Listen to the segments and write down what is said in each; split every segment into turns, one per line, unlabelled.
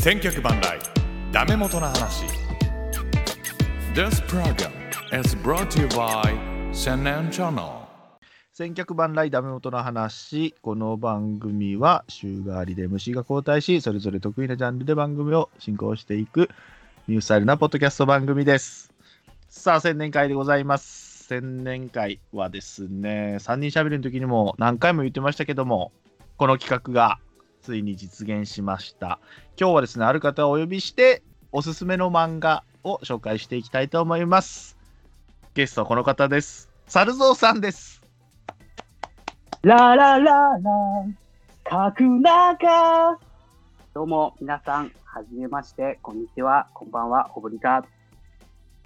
千脚万来ダメ元の話 This program is brought to you by Senan Channel
千客万来ダメ元の話この番組は週替わりで虫が交代しそれぞれ得意なジャンルで番組を進行していくニュースタイルなポッドキャスト番組ですさあ千年会でございます千年会はですね3人しゃべりの時にも何回も言ってましたけどもこの企画がついに実現しました今日はですねある方をお呼びしておすすめの漫画を紹介していきたいと思いますゲストはこの方です猿蔵さんです
ララララ、かくなか。どうも、皆さん、はじめまして、こんにちは、こんばんは、オブリガー。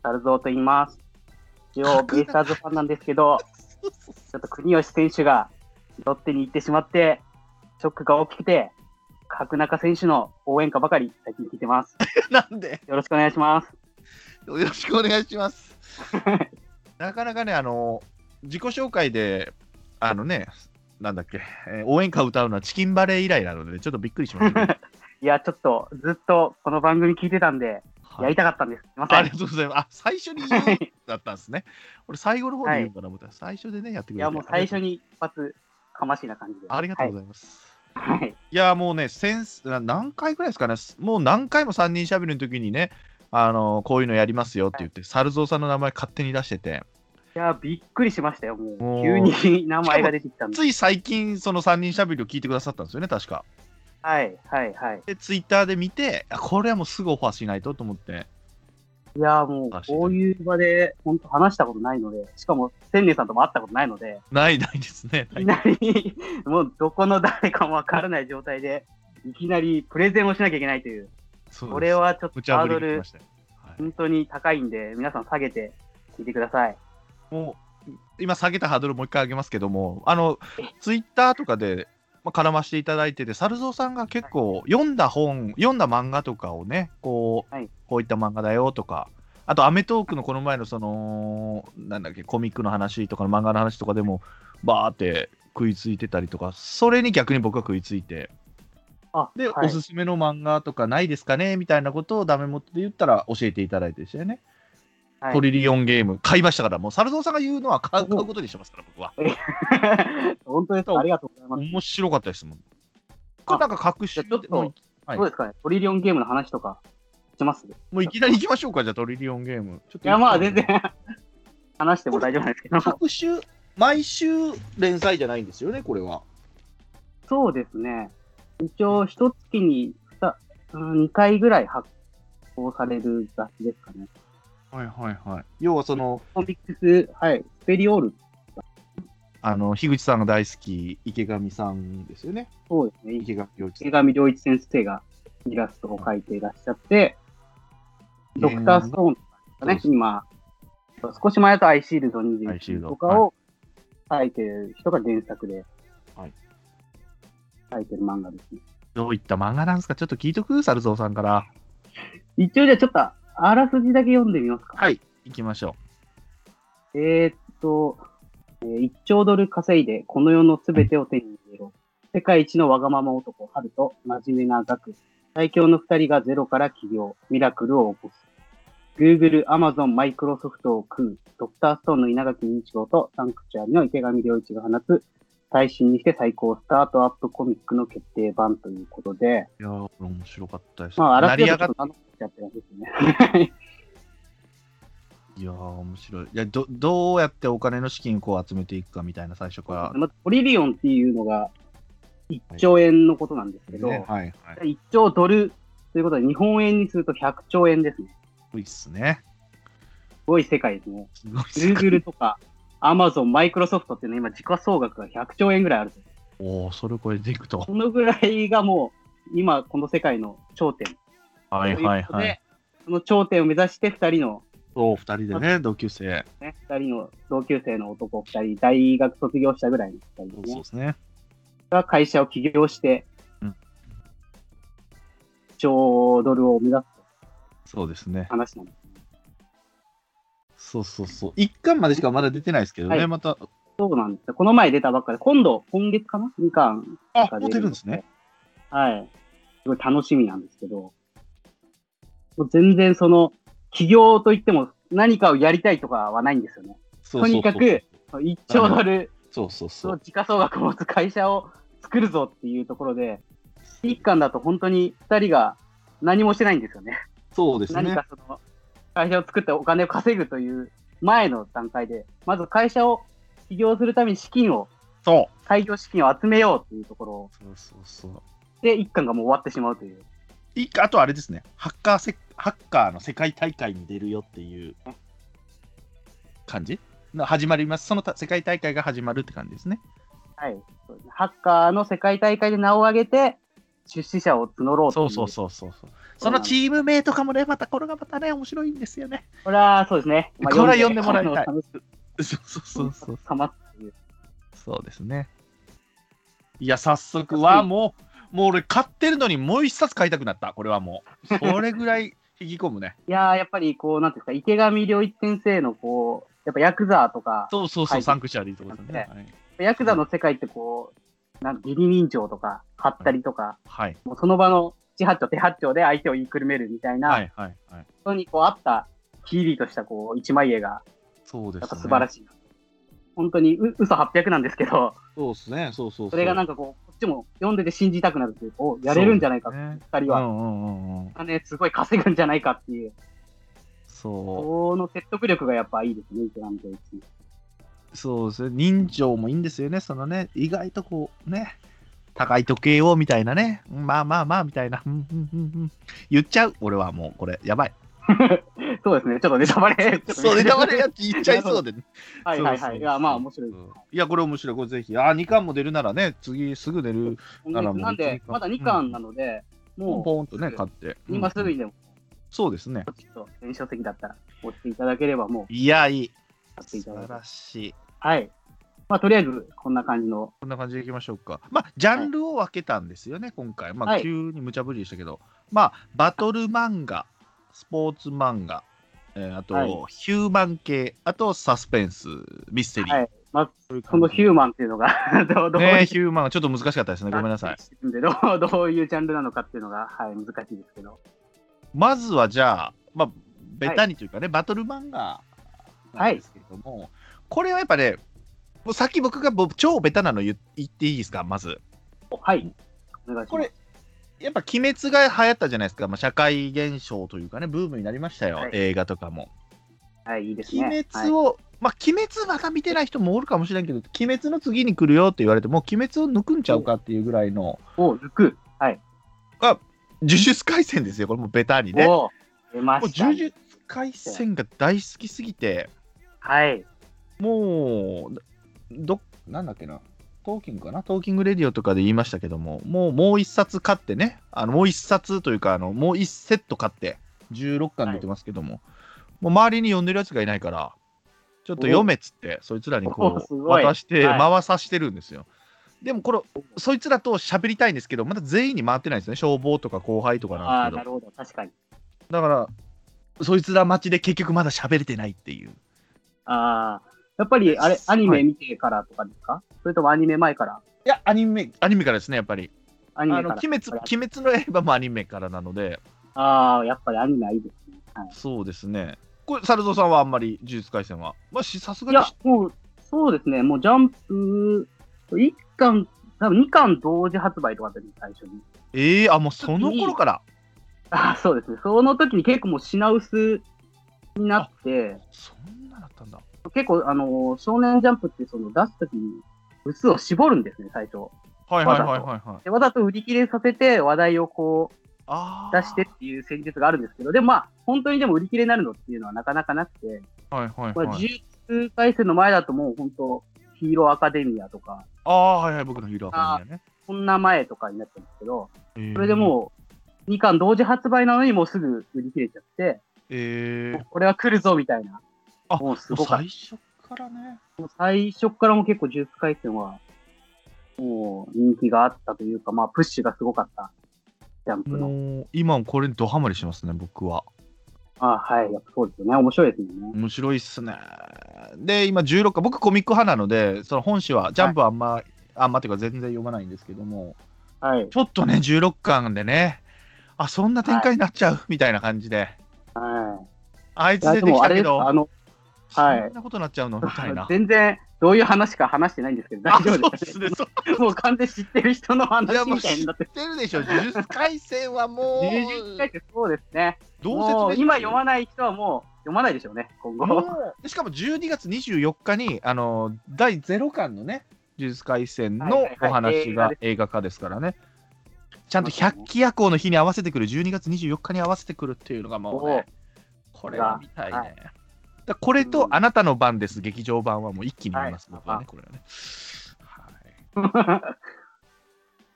サルゾウと言います。一応、ベイスターズファンなんですけど、ちょっと国吉選手がロッテに行ってしまって、ショックが大きくて、角中選手の応援歌ばかり最近聞いてます。
なんで
よろしくお願いします。
よろしくお願いします。 なかなかね、あの、自己紹介で、あのね、なんだっけ、えー応援歌を歌うのはチキンバレー以来なので、ちょっとびっくりしました、 ね。
いや、ちょっと、ずっとこの番組聞いてたんで、
はい
やりたかったんです。すいませ
あり
ん。
がとうございます。あ、最初に言うんだったんですね。俺、最後の方で言うかな思ったら、最初でね、やってくれ
い
て
や、もう最初。に一発、かましいな感じで。
ありがとうございます。
はいはい
いやもうね、センスな何回ぐらいですかね、もう何回も3人しゃべりの時にね、あのこういうのやりますよって言って、猿蔵さんの名前勝手に出してて、
いや、びっくりしましたよ、も
もう
う。急に名前が出てきたんで。
つい最近、その3人しゃべりを聞いてくださったんですよね、確か。
はい、はい、はい。
で、ツイッターで見て、あこれはもうすぐオファーしないとと思って、
いや、もう、こういう場で、本当話したことないので、しかも、千年さんとも会ったことないので、
ないないですね。
いきなり、 もう、どこの誰かもわからない状態で、いきなりプレゼンをしなきゃいけないという、これ、はちょっ
無
と
茶
ハ
ぶ
ー
りが
ド
来
ル
ま、したよはい
本当に高いんで、皆さん下げて聞いてください。
もう、今下げたハードルもう一回上げますけども、あの、ツイッターとかで、まあ、絡ましていただいてて、猿蔵さんが結構読んだ本、読んだ漫画とかをね、こう、
はい
こういった漫画だよとか、あと、アメトーークのこの前のその、なんだっけ、コミックの話とかの漫画の話とかでも、バーって食いついてたりとか、それに逆に僕が食いついて、
あ、
で、
は
お
い
すすめの漫画とかないですかねみたいなことをダメ元で言ったら教えていただいてでしたよね。
はい
トリリオンゲーム買いましたから、もう猿蔵さんが言うのは買う買うことにしてますから、僕は。
本当ですかありがとうございます。
面白かったですもん。これなんか隠し
じゃあちょっと
もうはい
どうですかねトリリオンゲームの話とか、してますい
もういきなり行きましょうか、じゃあトリリオンゲーム。ちょっと
や、まあ、全然、 話しても大丈夫なんですけど。
各週、毎週連載じゃないんですよね、これは。
そうですね。一応、一月に2、うん二回ぐらい発行される雑誌ですかね。
はいはいはい。要はその、
コミックス、はい、スペリオール。
あの、樋口さんが大好き、池上さんですよね。
そうですね。
池上良一さ
池
ん。
上良一先生がイラストを描いていらっしゃって、ドクターストーンとかね、
そう
今、少し前だとアイシールド
アイシール
21
ド
とかを描いてる人が原作で、
はい
描いてる漫画ですね。
どういった漫画なんですかちょっと聞いとく猿蔵さんから。
一応じゃあちょっと、あらすじだけ読んでみますか。
はい。行きましょ
えーっと、えー1兆ドル稼いでこの世のすべてを手に入れろ。世界一のわがまま男、ハルと真面目なガク。最強の二人がゼロから起業、ミラクルを起こす。Google、Amazon、Microsoft を食う。ドクターストーンの稲垣雄一郎とサンクチュアリの池上良一が放つ、最新にして最高スタートアップコミックの決定版ということで、
う。いやー、これ面白かったです。
まあ、あら
成
す
り
じ
上
はち
が
ょ
っ
っと話しちゃってますね。
いやー、面白い。いやど、どうやってお金の資金をこう集めていくかみたいな最初か
まあ、トリリオンっていうのが1兆円のことなんですけ
ら。
ど、
ね、はいはい。
1兆ドルということで、日本円にすると100兆円ですね。
いいっすね。
すごい世界ですね。
すごいっすね
Google とか Amazon、Microsoft っていうのは今、時価総額が100兆円ぐらいあるんですよ。
おお、それこれでいくと。
このぐらいがもう、今、この世界の頂点。
はいはいはい。。
その頂点を目指して、2人の、
そう、二人でね、同級生。
ね、二人の同級生の男2人、大学卒業したぐらいの2人
そ
で
う
す
で
ね。
すね。
が会社を起業して、
うん
1兆ドルを目指す
そうですね。
話なんです。
そうそうそう。一巻までしかまだ出てないですけどね、
はい
また。
そうなんですよ。この前出たばっかで、今度、今月かな ?2 巻
あ、
が
もう
出
出るんですね。。
はい。すごい楽しみなんですけど、もう全然その、起業といっても何かをやりたいとかはないんですよね。
そうそうそう
とにかく、1兆ドル
そうそうそ
の
う。
時価総額を持つ会社を作るぞっていうところで、一巻だと本当に2人が何もしてないんですよね。
そうです
何
ね
か。その会社を作ってお金を稼ぐという前の段階で、まず会社を起業するために資金を、
そ
開業資金を集めようというところ
そうそうそう。
で、一巻がもう終わってしまうという。
いいかあとあれですね。ハッカーせ、ハッカーの世界大会に出るよっていう感じの始まります。そのた世界大会が始まるって感じですね。
はい。そうですねハッカーの世界大会で名を上げて、出資者を募ろうと
そ
いう
そうそうそうそう。そのチーム名とかもね、またこれがまたね、面白いんですよね。
う。これはそうですね。
これは読んでもらいたい
読んで
そうそうそうそう。
かまっていう。
そうですね。いや、早速はもう、もう俺買ってるのにもう一冊買いたくなった。これはもう。それぐらい引き込むね。
いやー、やっぱりこう、なんていうんですか、池上良一先生のこう、やっぱヤクザとか、
そうそうそう、
はい
サンクチュアリーってことですね。はい。
ヤクザの世界ってこう、なん義理人情とか、貼ったりとか、
はい
もうその場の地八丁、手八丁で相手を言いくるめるみたいな、
はいはいはい。
本当にこうあった、キーリーとしたこう一枚絵が、
そうですね。
やっぱ素晴ら
い。
しいな。本当にう嘘800なんですけど、
そうですね。そうそうそう。
それがなんかこう、こっちも読んでて信じたくなるというか、おやれるんじゃないか、
うね。
二人
う
は。
んうんうんうん。
お金すごい稼ぐんじゃないかっていう、
そ
この説得力がやっぱいいですね、池上と一緒
う。そうですね。人情もいいんですよね。そのね、意外とこう、ね。高い時計をみたいなね。うんまあまあまあみたいな。うんうんうんうん言っちゃう。俺はもうこれ、やばい。
に。そうですね、ちょっとネタバレ。
そう、ネタバレ
や
やっち言っちゃいそうで、ね。
はいはいはい。いや、まあ面白い
うん。いや、これ面白い。これぜひ。あ、2巻も出るならね、次すぐ出る。ならもう
なんで、まだ2巻なので、
ポン
も
ポンとね、買って。
う今すぐ
うん
にでも、
そうですね。
ちょっと電子書籍だったら、押していただければもう、
いや、いい。
買って
素
いただ
晴
いて
らしい。
はい。まあ、とりあえず、こんな感じの。
こんな感じでいきましょうか。まあ、ジャンルを分けたんですよね、今回。ま
は
あ、
い
急に無茶ぶりでしたけど、まあ、バトル漫画、スポーツ漫画、えーあと、
はい
ヒューマン系、あと、サスペンス、ミステリー。
はいまあ
そういう
こ
感じ
のヒューマンっていうのが どう、どういう
ね、ヒューマンはちょっと難しかったですね。ごめんなさい。
でどうどういうジャンルなのかっていうのが、はい、難しいですけど。
まずは、じゃあ、まあ、ベタにというかね、バトル漫画なんですけれども、これはやっぱね、もうさっき僕がもう超ベタなの言言っていいですか、まず。
はい。お願いします。
これやっぱ鬼滅が流行ったじゃないですか、まあ、社会現象というかね、ブームになりましたよ、
はい
映画とかも。
はい、いいです
鬼
ね。
滅を、まあ、鬼滅まだ見てない人もおるかもしれんけど、鬼滅の次に来るよって言われても、鬼滅を抜くんちゃうかっていうぐらいの、
を抜く。はい。
呪術廻戦ですよ、これもうベタにね。も
を出ま
う
した
呪。術廻戦が大好きすぎて、
はい。
もう、ど、なんだっけな、トーキングかな、トーキングレディオとかで言いましたけども、もう、もう一冊買ってね、あのもう一冊というか、あのもう一セット買って、16巻出てますけども、もう周りに読んでるやつがいないから、ちょっと読めっつって、そいつらに
お
こ
す
う、
ごい
渡して、
はい
回さしてるんですよ。でもこれ、そいつらと喋りたいんですけど、まだ全員に回ってないんですね、消防とか後輩とか
あ
な
あ、
んで
な
すけ
るほど。確かに。
ど、だから、そいつら待ちで結局まだ喋れてないっていう。
ああ。やっぱり、あれ、アニメ見てからとかですか、それともアニメ前から
いや、アニメ、アニメからですね、やっぱり。
アニメ
あ
か
の
ら。
鬼滅鬼滅の刃もアニメからなので、
ああ、やっぱりアニメはいいですね。はい、
そうですね。これ、猿蔵さんはあんまり呪術廻戦は。まあ、しさすが
い
に
や、もう、そうですね、もうジャンプ、1巻、多分2巻同時発売とかだったね、最初に。
ええあ、もうその頃から。
あそうですね、その時に結構もう品薄になって、
そんなだったんだ。
結構、あのー少年ジャンプってその出す時に、部数を絞るんですね、最初。
はいはいはいはい、はい。
で、わざと売り切れさせて、話題をこう、
ああ。
出してっていう戦術があるんですけど、でもまあ、本当にでも売り切れになるのっていうのはなかなかなくて、
はいはい
まあ、
は
呪
い。
術回戦の前だともう本当、ヒーローアカデミアとか、
ああ、はいはい、僕のヒーローアカデミアね。
こんな前とかになったんですけど、そ
そ
れでもう、2巻同時発売なのにもうすぐ売り切れちゃって、
う。ええ
これは来るぞみたいな。
あ
もうす
も
ご
う
かった
最初からね。。
もう最初からも結構ジュース回転は、もう人気があったというか、まあプッシュがすごかった。ジャンプの。
もう、今これにドハマりしますね、僕は。
あはい。やっぱそうですよね。面白いですもんね。
面白いっすね。で、今16巻、僕コミック派なので、その本誌は、ジャンプはあんま、あんまっていうか全然読まないんですけども、
はい。
ちょっとね、16巻でね、
あ、そんな展開になっちゃうみたいな感じで。
は
あい
い。い
つ
や
出
で
てき
も
た
あれで
け
す
ど
か、あ、の、はい
そんなことになっちゃうのみたいな。
全然どういう話か話してないんですけど、大丈夫ですか
そうですね。そう
もう完全に知ってる人の
いや
話
もう
みたいになって、
知ってるでし ょ。呪術廻戦はもう、
20回って そうですね。
ど
も
う
う
説明
今読まない人はもう読まないでしょうね、今後。
でしかも12月24日に、あの、第0巻のね、呪術廻戦
はい
の
はい
お
はい
話
映画
が
で
映画化ですからね。ちゃんと
そうですね
百鬼夜行の日に合わせてくる、12月24日に合わせてくるっていうのがもうね、これは見たいね。
は
だこれと
う、ん
あなたの番です、劇場版はもう一気に見ます、
はい
僕はね、これはね。はい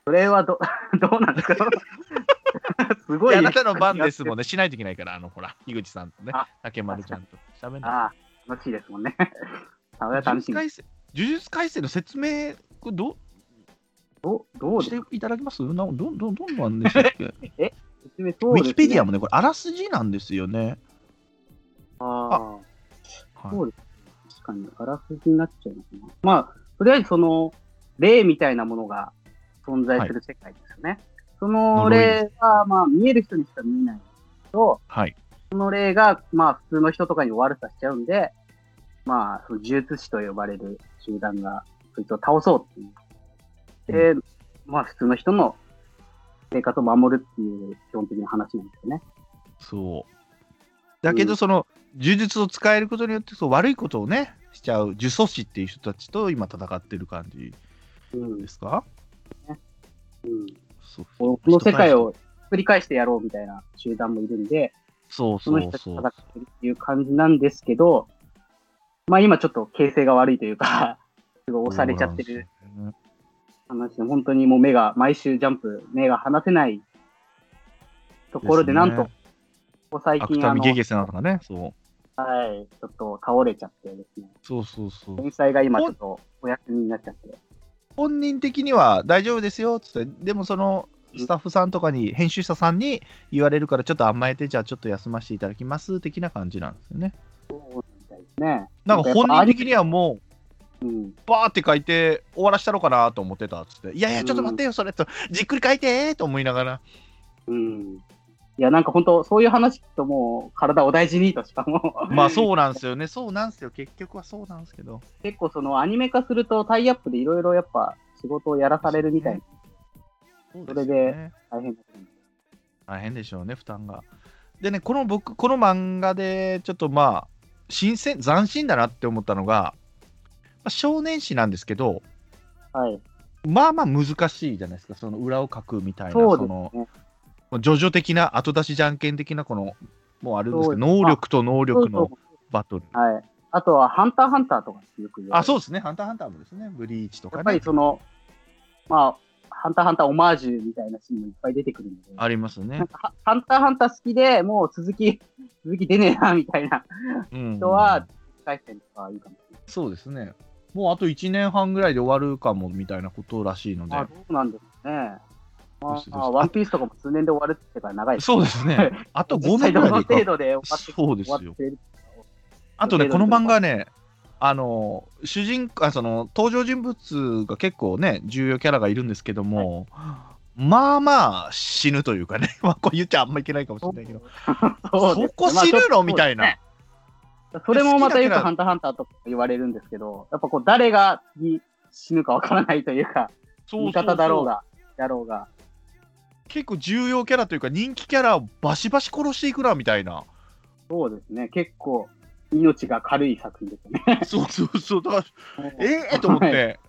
それはど どうな んですかすご
い
い。
やあなたの番ですもんね、しないといけないから、あの、ほら、井口さんとね
あ、
竹丸ちゃんと。喋んない。
ああ、楽しいですもんね。 あれは
呪
楽し
術
み。
改正呪術改正の説明、これど
どどう
う
で
し
す
ていただけますなどどどどんなんでした っけ
説明そう
ウ
で
ィ
す、ね。
キペディアもね、これ、あらすじなんですよね。
ああ、
はい
そうです、確かに、あらすじになっちゃいますね。まあ、とりあえずその、霊みたいなものが存在する世界ですよね。その霊は、まあ、見える人にしか見えないんですけど、
はい
その霊が、まあ、普通の人とかに悪さしちゃうんで、まあ、その呪術師と呼ばれる集団が、そいつを倒そうっていう。で、まあ、普通の人の生活を守るっていう基本的な話なんですよね。
そう。だけ
う
ど、
ん
その、呪術を使えることによって、そう悪いことをね、しちゃう、呪詛師っていう人たちと今、戦ってる感じ
うん
で。すか
うん
そう
この世界を繰り返してやろうみたいな集団もいるんで、
そう
そ
そ
の
う
人たち
そ
と
う
戦。ってるっていう感じなんですけど、まあ今ちょっと形勢が悪いというか、 すごい押されちゃってる
そうなんですよね
話で、本当にもう目が、毎週ジャンプ、目が離せないところ
で
で、
す
な
ね
んと、ここ最近、
芥
あ
見
の、
ゲゲセなのかね、そう。
はい、ちょっと倒れちゃってですね、
そうそうそう。
連載が今ちょっとお休みになっちゃって、
本人的には大丈夫ですよっつってでもそのスタッフさんとかに編集者さんに言われるからちょっと甘えてじゃあちょっと休ませていただきます的な感じなんですよね
ね。
なんか本人的にはもう
うん、
バーって書いて終わらしたのかなと思ってたっつっていやいやちょっと待ってよそれとじっくり書いてと思いながら
うん。いや、なんか本当、そういう話聞くともう、体を大事にとしかもう、
まあそうなんですよねそうなんですよ結局はそうなんですけど
結構そのアニメ化するとタイアップでいろいろやっぱ仕事をやらされるみたいな
そう
そ
です
れ
よ
で
ね
大変だと思
大変でしょうね負担がでねこの僕この漫画でちょっとまあ新鮮斬新だなって思ったのが、まあ少年誌なんですけど、
うはい。
まあまあ難しいじゃないですか、その裏を書くみたいな、
そう
そ
です
の
ね。
ジョジョ的な後出しじゃんけん的な、この、もうあるんですけど、
そうです
能力と能力
そう
のバトル。
そうはい。あとは、ハンターハンターとかよく言われる
あ、そうですね、ハンターハンターもですね、ブリーチと
や
か
っぱ
ね
り、その、まあ、ハンターハンターオマージュみたいなシーンもいっぱい出てくるんで、
ありますね
なん。かハハンターハンター好きでもう続き、続き出ねえなみたいな
うん
人は、回戦とかいいかもしれない。
そうですね、もうあと1年半ぐらいで終わるかもみたいなことらしいので
まあ、、どうなんですかね。
どう
ま
してどうして
あ、ワンピースとかも数年で終わるってから長いですね。
そうですね、あと5年ぐ
ど
ら
の
いで
程
いいか
度で終わって
そうですよ
終わってる
あとね、
程
この
度に
漫画はね、あの主人あその登場人物が結構ね、重要キャラがいるんですけども、まあまあ死ぬというかね、ま あこれ言っちゃあんまいけない かもしれないけど、
そうです
そこ死ぬのみたいな。
まあちょっとそうですねそれもまたよくハンターハンターとか言われるんですけど、やっぱこう誰が死ぬかわからないというか、
そう
味
そうそ
方だろう
う
が、だろうが。
結構重要キャラというか、人気キャラをバシバシ殺していくなみたい な、
そうですね、結構命が軽い作品ですよね。
そうそうそう、だからええと思っ
はい
て、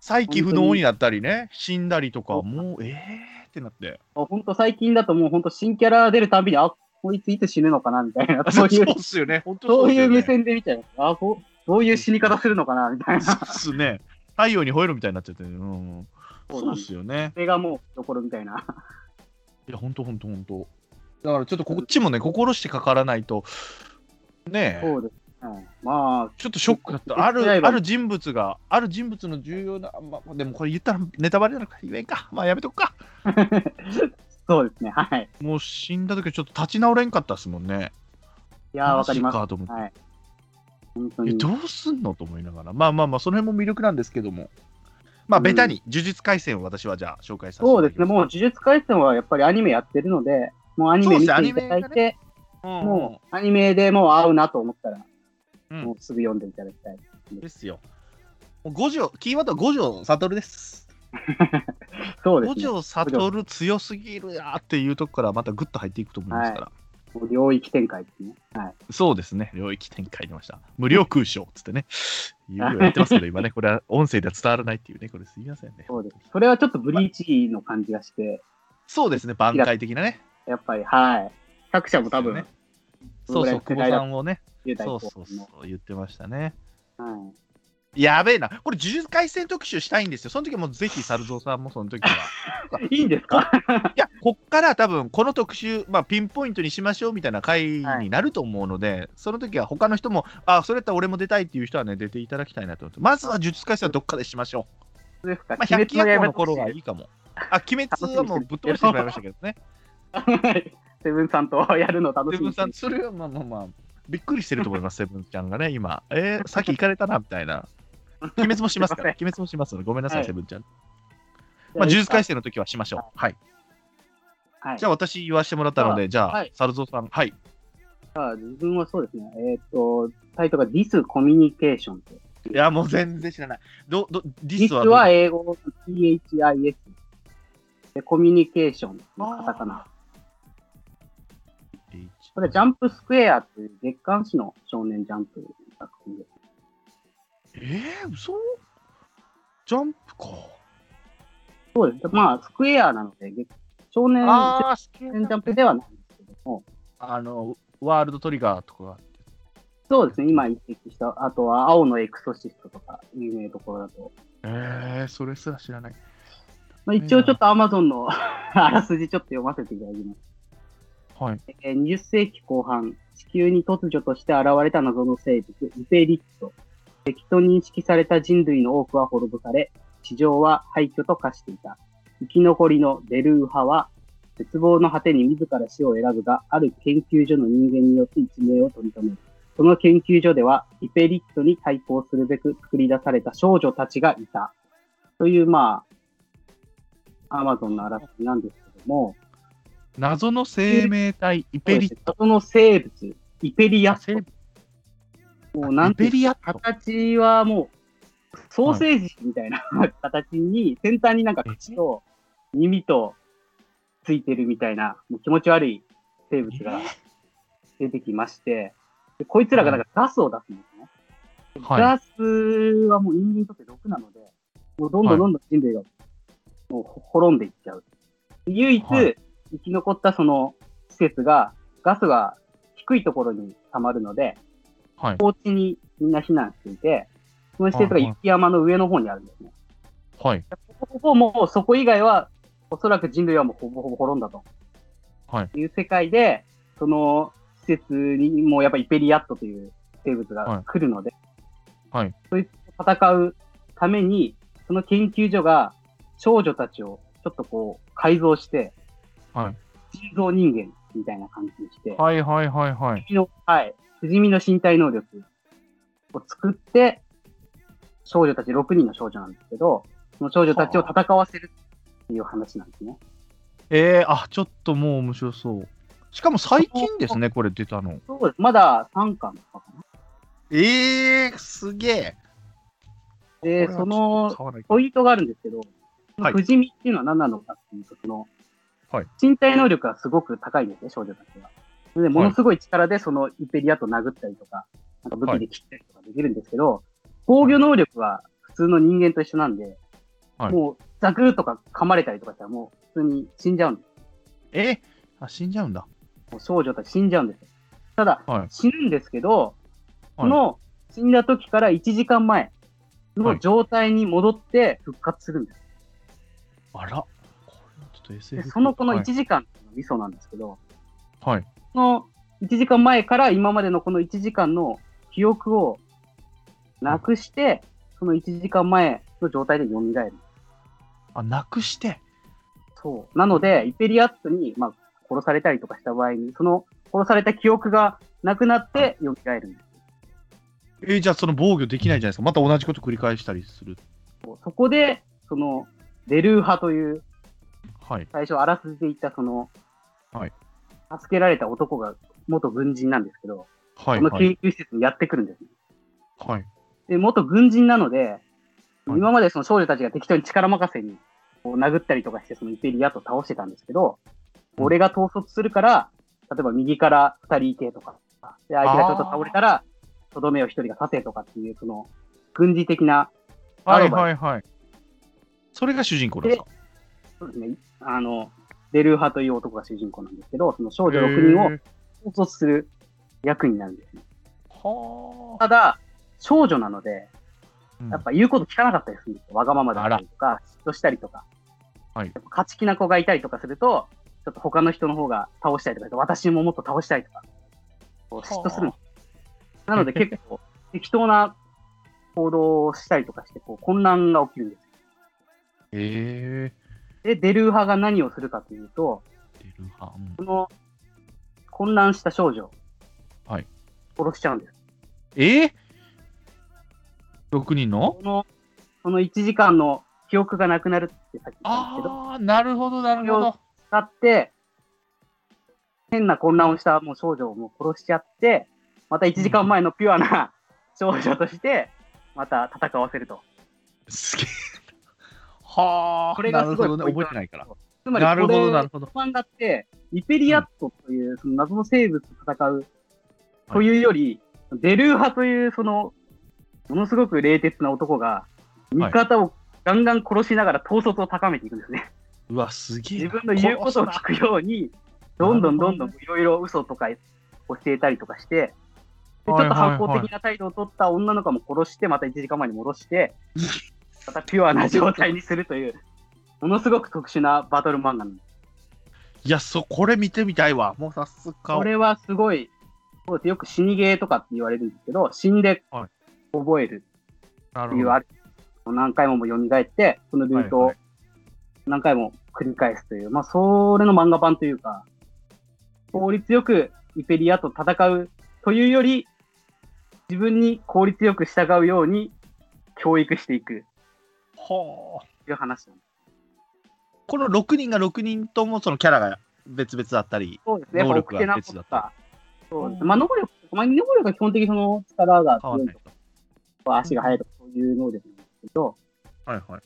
再起不能になったりね、死んだりとか、もうええってなって、
本当最近だともう本当新キャラ出るたびに、あ、こいついつ死ぬのかなみたいな、そうい う
そ、うっすよね、本当
そう
っす
い
よ
う
ね
目線で見ちゃいます。あ、こう、どういう死に方するのかなみたい
そう
な。
っすね。太陽に吠えるみたいになっちゃって、うん。
そう
そ
な
うんっ
です
すよね。
それがもうどころみたいな。
いや、ほんとほんとほんと。だからちょっとこっちもね、心してかからないと、ねえ
そうです。はいまあ、
ちょっとショックだった。ある、ある人物が、ある人物の重要な、まあ、でもこれ言ったらネタバレなのか言えんか。まあやめとくか。
そうですね、はい。
もう死んだ時はちょっと立ち直れんかったですもんね。
いやー、わかります。
マジかと思って
はい。本当
いや
に。
どうすんのと思いながら。まあまあまあ、その辺も魅力なんですけども。まあ、ベタに、呪術廻戦を私はじゃあ紹介させてい
そ
た
う
だ
で
き
すね、もう呪術廻戦はやっぱりアニメやってるので、もうアニメ見ていただい
そうです
て、
ます、
もうアニメでもう合うなと思ったら、
うん
もうすぐ読んでいただきたい。
うんですよ。もう五条、キーワードは五条悟です。
そうで
五
すね。
条悟強すぎるやーっていうとこからまたグッと入っていくと思いますから。
もう領域展開ですね。はい。
そうですね。領域展開出ました。無料空賞っつってね。 言うように言ってますけど、今ね、これは音声では伝わらないっていうね、これすみませんね。
そうです。それはちょっとブリーチの感じがして、
そうですね、挽回的なね。
やっぱり、はい。作者も多分、
そうそう、久保
僕ら世代
さ
だ
んをね、
10代
そ
後
うそう
半の。
そう、言ってましたね。
はい
やべえな、これ、呪術廻戦特集したいんですよ。その時はもうぜひ、猿蔵さんもその時は。
いいんですか
いや、こっから多分この特集、まあ、ピンポイントにしましょうみたいな回になると思うので、その時は他の人も、あ、それやったら俺も出たいっていう人はね、出ていただきたいなと思って、まずは呪術廻戦はどっかでしましょ
そうです
う。
か。
まあ、百鬼夜行の頃はいいいかも。あ、鬼滅はもうぶっ飛ばしてしまいましたけどね。
はいセブンさんとやるの楽
セ
しみ
ブン
に
さん、それはまあまあまあ、びっくりしてると思います、セブンちゃんがね、今。えー、さっき行かれたな、みたいな。鬼滅もしますから、鬼滅もしますので、ごめんなさい、
はい
セブンちゃん。まあ、呪術廻戦の時はしましょう。はい。
はい。
じゃあ、私言わせてもらったので、じゃ
は
あ
い、
猿蔵さん。はい。
あ自分はそうですね。えーっと、タイトルが This Communication と。
いや、もう全然知らない。ど、ど、ディ
This
スはどう
は英語の THIS。で、コミュニケーションのカタカナ。これ、ジャンプスクエアという月刊誌の少年ジャンプの作品です。
えー、嘘ジャンプか。
そうです。まあ、スクエアなので、月少年
あ
少
ースケ
年ジャンプではないんですけども、
あの、ワールドトリガーとか。
そうですね、今一席した、あとは青のエクソシストとか、有名どころだと。
えー、それすら知らない。
まあ、一応ちょっと Amazon の あらすじちょっと読ませていただきます。
はい。
えー20世紀後半、地球に突如として現れた謎の生物、イペリット。敵と認識された人類の多くは滅ぼされ、地上は廃墟と化していた。生き残りのデルー派は、絶望の果てに自ら死を選ぶが、ある研究所の人間によって一命を取り留める。その研究所では、イペリットに対抗するべく作り出された少女たちがいた。という、まあ、アマゾンのあらすじなんですけども、
謎の生命体、イペリット。
その生物、イペリアッ
生
ト。もうなん
イ
て
ペ
いうか
リアット。
形はもう、ソーセージみたいな形に、先端になんか口と耳とついてるみたいな、もう気持ち悪い生物が出てきまして、でこいつらがなんかガスを出すんですね。
は
ガスはもう人間にとって毒なので、もうどんどんどんどん人類がもう滅んでいっちゃう。唯一
は
生き残ったその施設が、ガスが低いところに溜まるので、
はい
高地にみんな避難していて、その施設が雪山の上の方にあるんですね。
い。はい。
ほぼもうそこ以外は、おそらく人類はもうほぼほぼ滅んだと。。
はい
いう世界で、その施設にもやっぱイペリアットという生物が来るので、
はいはい
そいつと戦うために、その研究所が少女たちをちょっとこう改造して、
はい
人造人間みたいな感じにして、
はいはいはいはい。
不死身の、はい、不死身の身体能力を作って、少女たち、6人の少女なんですけど、その少女たちを戦わせるっていう話なんですね。
えー、あ、ちょっともう面白そう。しかも最近ですね、これ出たの。
そうです。まだ3巻とかかな。
えー、すげえ。
で、その、ポイントがあるんですけど、
はい
不死身っていうのは何なのかっていうと、その、
はい
身体能力がすごく高いんですね、少女たちは。それで、ものすごい力で、その、イペリアと殴ったりとか、なんか武器で切ったりとかできるんですけど、防御能力は普通の人間と一緒なんで、
はい
もう、ザクーとか噛まれたりとかしたら、もう、普通に死んじゃうんです。
えー、あ、死んじゃうんだ。
もう少女たち死んじゃうんですよ。ただ、
はい
死ぬんですけど、その死んだ時から1時間前の状態に戻って復活するんです。
あら、これはちょっと SF。
でそのこの
はい
1時間のミソなんですけど、
はい。
その1時間前から今までのこの1時間の記憶をなくして、その1時間前の状態で蘇る。
あ、なくして。
そう。なので、イペリアットに、まあ、殺されたりとかした場合に、その殺された記憶がなくなって蘇るんです。
えーじゃあその防御できないじゃないですか。また同じこと繰り返したりする。
そこで、その、デルー派という、
はい。
最初あらすじで言ったその、
はい
助けられた男が元軍人なんですけど、
はい。
この
はい。
研究施設にやってくるんですね。
はい。
で、元軍人なので、
はい
今までその少女たちが適当に力任せにこう殴ったりとかして、そのイペリアと倒してたんですけど、
うん
俺が統率するから、例えば右から2人いてとか、で、相手がちょっと倒れたら、とどめを1人が立てとかっていう、その、軍事的な、
はい。はい。はい。それが主人公なんですか
そうですね、あの、デルー派という男が主人公なんですけど、その少女6人を
へ
統率する役になるんですね。
ーは
ただ、少女なので、
ー
やっぱ言うこと聞かなかったりするんですよ。わがままだったりとか、嫉妬したりとか。
はい
やっぱ勝ち気な子がいたりとかすると、ちょっと他の人の方が倒したりとか、私ももっと倒したいとか、こう嫉妬するの。なので結 構適当な行動をしたりとかして、こう混乱が起きるんですよ。
え
で、デルー派が何をするかというと、
ー、デルハン
この混乱した少女、
はい
殺しちゃうんです。
えー、?6 人の
この、この1時間の記憶がなくなるってさっき言ったんですけど、
ああ、なるほど、なるほど。
使って、変な混乱をしたもう少女をもう殺しちゃって、また1時間前のピュアな少女として、また戦わせると。
すげえ。はあ、
これがすごい
なるほどね、
ポイ
覚え
ント
てないから。
つまり
なる
こ
ほど、な
れ
る、ほど。
漫画って、イペリアットというその謎の生物と戦う
い
というより、デルー派というその、ものすごく冷徹な男が、味方をガンガン殺しながら統率を高めていくんですね。
うわ、すげえな。
自分の言うことを聞くように、どんどんどんどんいろいろ嘘とか教えたりとかして、でちょっと反抗的な態度を取った女の子も殺して、また1時間前に戻して、またピュアな状態にするという、ものすごく特殊なバトル漫画なんです。
いや、そう、これ見てみたいわ。もう早速買お
こ
う。
れはすごい、そうですよく死にゲーとかって言われるんですけど、死んで
はい
覚える
な
っていうあれ、何回もも蘇って、そのルート
は
を
い
何回も繰り返すという、まあ、それの漫画版というか、効率よくイペリアと戦うというより、自分に効率よく従うように教育していく
ほう
という話なんです。
この6人が6人ともそのキャラが別々だったり。
そうですね。
能力は
やっぱ奥手な子とか。そうですね。ま
う
あ、
ん
能力、まあ、能力は基本的にその力が
変わ
強
ん
い
ない
とか、足が速いとか、そういう能力なんですけど、
はいはい。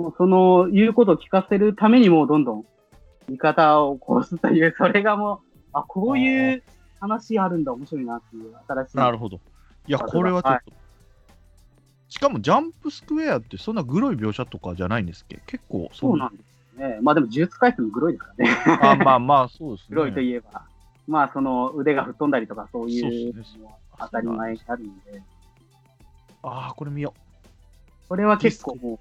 もうその、言うことを聞かせるためにもうどんどん味方を殺すという、それがもう、あ、こういう話あるんだ、面白いなっていう、新しい。
なるほど。いや、これはちょっと。しかも、ジャンプスクエアってそんなグロい描写とかじゃないんですっけ結構
そうなんですね。まあでも、呪術回戦もグロいですからね。
あまあまあ、そうですね。
グロいといえば。まあ、その、腕が吹っ飛んだりとか、そういう
そうです
のも当たり前にあるんで、
ああ、これ見よ
これは結構も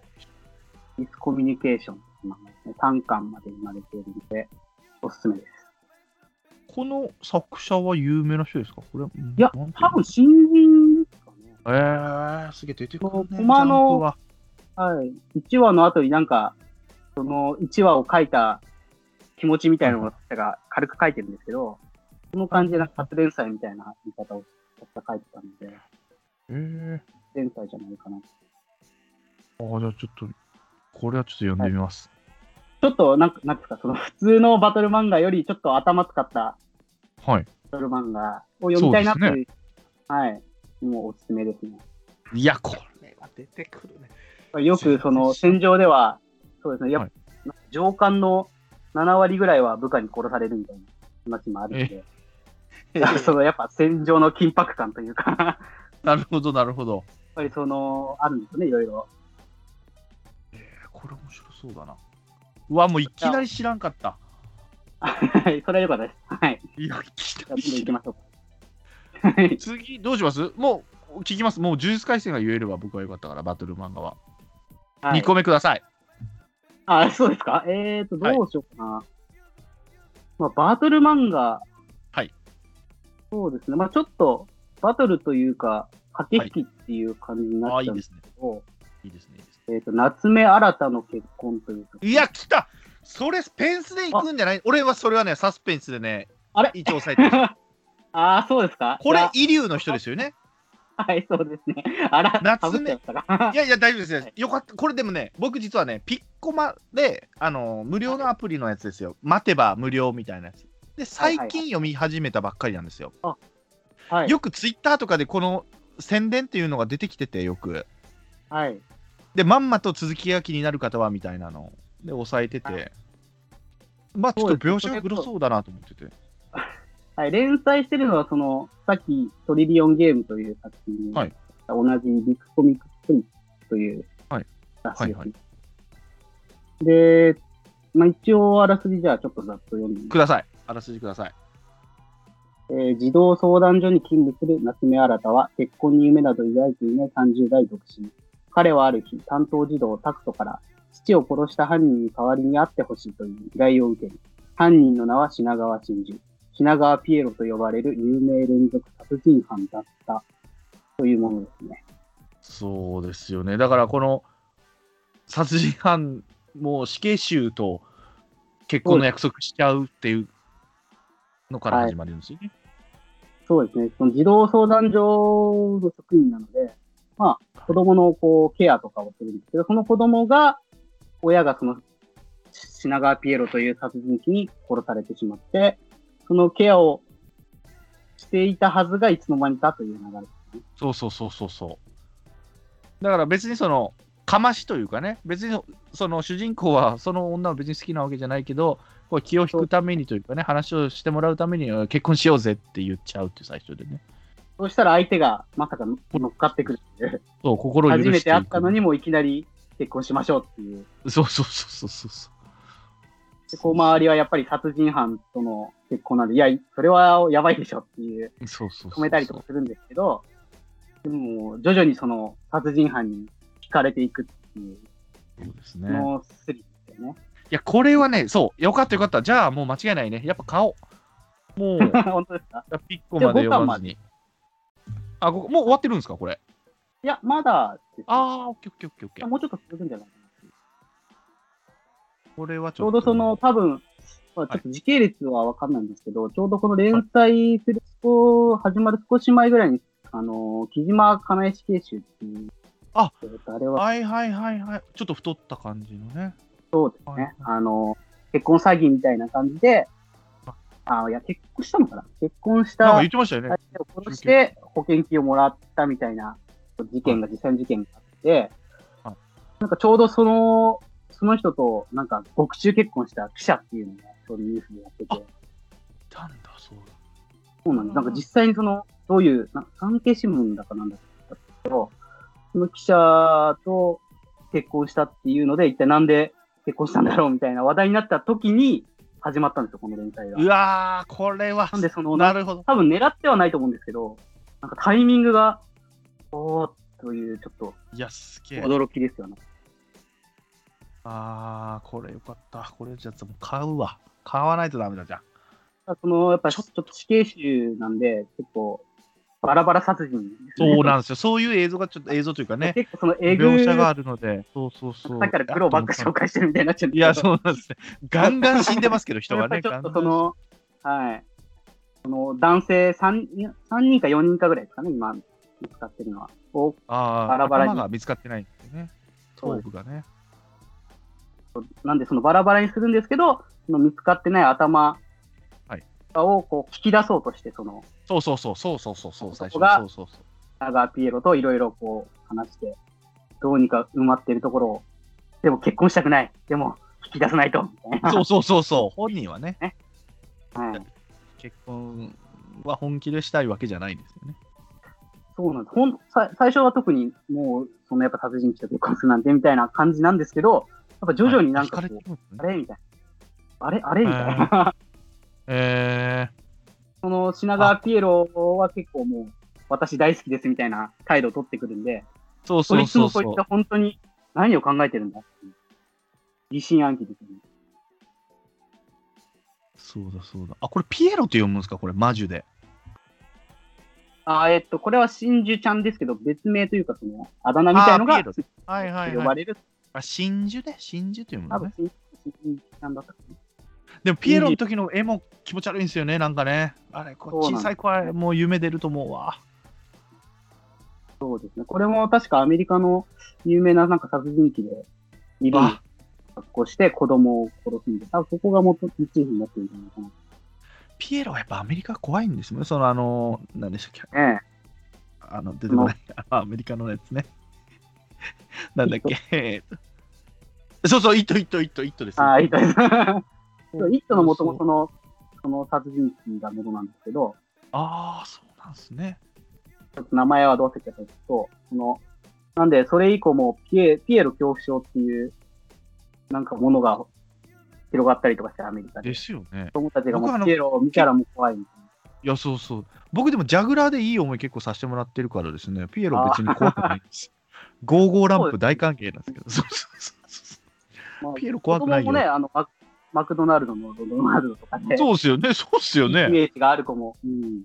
う、ミスコミュニケーションっていう漫画ですね。3巻まで生まれているので、おすすめです。
う。この作者は有名な人ですかこれ。
いや、
なんて
多分、新人ですかね。
えー、すげえ出てくる、ね。
コマ
ジ
の
ャンプは
はい。1話の後になんか、その1話を書いた気持ちみたいなのを私が軽く書いてるんですけど、その感じでなんか発電祭みたいな言い方を私が書いてたので、
えー、
発電祭じゃないかな。ち
ああ、じゃあちょっと、これはちょっと読んでみます。
ょっとなんか、なんですか、その普通のバトル漫画よりちょっと頭使った
はい。
バトル漫画を読みたいなと
そう
いう、はい。もうおすすめですね。
いや、これは出てくるね。
よくその戦場では、そうですね、やっぱ、
は
なんか上官の7割ぐらいは部下に殺されるみたいな話もあるんで。 そのやっぱ戦場の緊迫感というか、 やっ
なるほど、なるほど。
ぱりその、あるんですよね、いろいろ。
これ面白そうだな。うわ、もういきなり知らんかった。
はい、それは良かったです。はい。
いや、いき
じゃ
な
あ、どん
り
どん行
知
き
らん。
ましょうか。はい。
次、どうしますもう、聞きます。もう、呪術廻戦が言えれば僕はよかったから、バトル漫画は。
はい
2個目ください。
あ、そうですかえーと、どうしようかな。まあ、バトル漫画。
はい。
そうですね。まあ、ちょっと、バトルというか、駆け引きっていう感じに
あ
な
あ、
っ
い
ちゃ
い
うん
で
です
すね。
けど、
いいですね。いいですね
えーと、夏目新たの結婚というか。
いや、来たそれ、ペンスで行くんじゃない俺はそれはね、サスペンスでね、
あれ
一応押さえてる
ああ、そうですか
こ
い
れ
や、
イリュウの人ですよね。
はい、そうですね。あら、
夏
かぶっちゃったか。
いやいや、大丈夫です
は
よ
い。
よかった。これでもね、僕実はね、ピッコマで、あの、無料のアプリのやつですよ。待てば無料みたいなやつ。で、最
はいはい
近読み始めたばっかりなんですよ。
はい。
よくツイッターとかでこの宣伝っていうのが出てきてて、よく。
はい。
で、まんまと続きが気になる方は、みたいなの。で、押さえてて。まあ、ちょっと描写がグロそうだなと思ってて。
はい、連載してるのは、その、さっき、トリリオンゲームという作品に、
はい
同じビッグコミックスプリントという
はい
雑誌ですね。
はいは
で、まあ、一応、あらすじじゃあ、ちょっとざっと読んでみます
ください。あらすじください。
えー児童相談所に勤務する夏目新は、結婚に夢など抱いていない30代独身。彼はある日、担当児童タクトから、父を殺した犯人に代わりに会ってほしいという依頼を受ける。犯人の名は品川真珠。品川ピエロと呼ばれる有名連続殺人犯だった。というものですね。
そうですよね。だからこの殺人犯もう死刑囚と結婚の約束しちゃうっていうのから
はい
始まるんですよね。
そうですね。その児童相談所の職員なので、まあ、子供のこうケアとかをするんですけど、その子供が、親がその品川ピエロという殺人鬼に殺されてしまって、そのケアをしていたはずがいつの間にかという流れ。
そうそうそうそうそう。だから別にそのかましというかね、別にその主人公はその女を別に好きなわけじゃないけど、こう気を引くためにというかね、話をしてもらうためにえ結婚しようぜって言っちゃうっていう最初でね。
そうしたら相手がまさか乗っかってくるっていう。
そう、心を許して
初めて会
い
っ
く
たのにもういきなり結婚しましょうっていう。
そうそうそうそうそう。
でこう周りはやっぱり殺人犯との結婚なんで、いや、それはやばいでしょっていう。
そうそうそうそう
止めたりとかするんですけど、でも徐々にその殺人犯に惹かれていくっていう、
そうです
こ
ね。
のスリルですよね。
いや、これはね、そう、よかったよかった。じゃあ、もう間違いないね。やっぱ買お う。もう、
本当ですか
ピッコまで
じゃあ
読まずに。あ、ここ、もう終わってるんですか、これ。
いや、まだです、
あー、オッケーオッケーオッケーオッケー。
もうちょっと続くんじゃないかな。
これはち
ち
ょっ
ょう
と。
どその、、多分、まあ、ちょっと時系列はわかんないんですけど、ちょうどこの連載する、こう始まる少し前ぐらいに、あの、木島金石慶集っていう、
あ
えっとあれは
はいはいはいはい。ちょっと太った感じのね。
そうですね、あの、結婚詐欺みたいな感じで、あいや、結婚したのかな結婚し
なん
た
か言ってましたよね。
相手を殺して保険金をもらったみたいな事件が、実際の事件があって
はい、
なんかちょうどその、その人と、なんか、獄中結婚した記者っていうのが、そういうニュースでやってて、
いたんだ、そうだ。
そうなんです。なんか実際にその、どういう、な産経新聞だかなんだかだったけど、その記者と結婚したっていうので、一体なんで結婚したんだろうみたいな話題になった時に始まったんですよ、この連載が
う。わー、これは。
なんでその、
なるほど。
多分狙ってはないと思うんですけど、なんかタイミングが、おーっという、ちょっと
いや、すげえ。
驚きですよね。
あー、これよかった。これじゃあ、もう買うわ。買わないとダメだじゃん。
その、やっぱちょっと死刑囚なんで、結構、バラバラ殺人ですね、
そうなんですよ。そういう映像が、ちょっと映像というかね、
結構そのえぐ
描写があるので、そうそうそう。
さっきから黒ばっか紹介してるみたいになっちゃうん
い
です
や、
け
そ
ど、
うなんですね。ガンガン死んでます けど、人
や
が
っぱ
ね。
りちょっと
ガ
そ
ンガン
の、はい。その男性 3, 三人か4人かぐらいですかね、今、見つかってるのは。を
あー
バラバラに
頭が見つかってないんですよね。頭部がね。
なんで、そのバラバラにするんですけど、その見つかってない頭
はい
をこう聞き出そうとして、その、
そうそうそうそうそうそうそう、最初
そこが
そうそうそう。
長川ピエロといろいろこう話して、どうにか埋まってるところを、でも結婚したくない、でも引き出さ ないと、みたいな。
そうそうそうそう、本人はね、
はい、
結婚は本気でしたいわけじゃないんですよね。
そうなんですほんさ。最初は特にもう、そのやっぱ殺人鬼と結婚するなんてみたいな感じなんですけど、やっぱ徐々になんかこ
はい
う、
惹れてるんです
あ
ね
れみたいな。あれあれみたいな。
え
その品川ピエロは結構もう、私大好きですみたいな態度を取ってくるんで、
ー、そう
そ
そ
いうつ
そう
も
そ
そういつが本当に何を考えてるんだっていう疑心暗鬼ですよね。
そうだそうだ。あ、これピエロって読むんですかこれマジュで。
あーえっと、これは真珠ちゃんですけど、別名というか、その、あだ名みたいの
あ
が
ーピエロではいはい、
呼
は
ば
い。
れる、
あ、真珠で真珠って読む
多
のね
分。真珠ちゃんだったかな
でもピエロの時の絵も気持ち悪いんですよね、なんかね。あれ、こ
そうなんです
小さい子はもう夢出ると思うわ。
そうですね。これも確かアメリカの有名ななんか殺人鬼で、リボンを発行して子供を殺すんで、多分ここが元モチーフになってるんじゃないかな。
ピエロはやっぱアメリカ怖いんですよね。そのあの、何でしたっけ
え
あの、出てこない。あのアメリカのやつね。 なんだっけ。えーと そうそう、イット、イット、イット、イットです
え。
ね。
ああ、いいと。 そうイットの元も
そ
その、その殺人鬼が元なんですけど、
ああ、そうなんですね。
ちょっと名前はどうせっちゃったんですけど、その、なんで、それ以降もピエ、ピエロ恐怖症っていう、なんかものが広がったりとかして、アメリカで。
で
子
すよね。
供たちが
僕あ
も
の
うピエロを見たらもう怖いみたいな。
いや、そうそう。僕でもジャグラーでいい思い結構させてもらってるからですね。ピエロ別に怖くないんですよ。ゴーゴーランプ大歓迎なんですけど。そうそうそうそう。
まあ
ピエロ怖くないよ
子供もね、あのママクドナルドのドナルドとかで、
そうっすよね、そうっすよ
イ
ね。
メージがある子も、うん、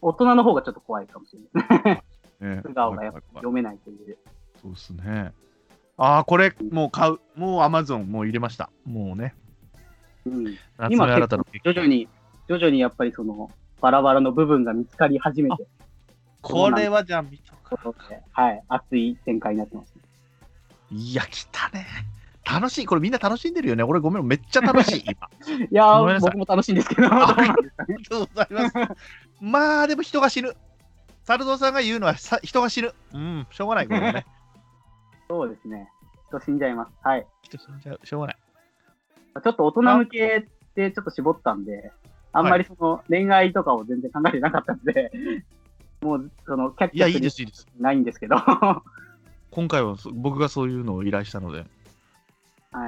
大人の方がちょっと怖いかもしれない。
ね
素顔がや
怖い怖い
っぱ
怖い
読めないという。
そうっすね。ああ、これ、もう買う。もうアマゾン、もう入れました。もうね。
うん、
夏
今
目新
結
た
構
の
徐々に、徐々にやっぱりその、バラバラの部分が見つかり始めて、
これはじゃあ見とく
はい、熱い展開になってます。
いや、来たね。楽しい。これみんな楽しんでるよね。俺ごめん、めっちゃ楽 しい。今。
いや
ごめんな
ー、
さい
僕も楽しいんですけど、
あ
ど うなんですか
ありがとうございます。まあ、でも人が死ぬ。猿蔵さんが言うのはさ人が死ぬ。うん、しょうがない、これはね。
そうですね。人死んじゃいます。はい。
人死んじゃう、しょうがない。
ちょっと大人向けってちょっと絞ったんで、あんまりその恋愛とかを全然考えてなかったんで、 もうそのキャッ
い
キ
や、
ャ
いいですす、いいです。
ないんで すけど、は
今回はそ僕がそういうのを依頼したので。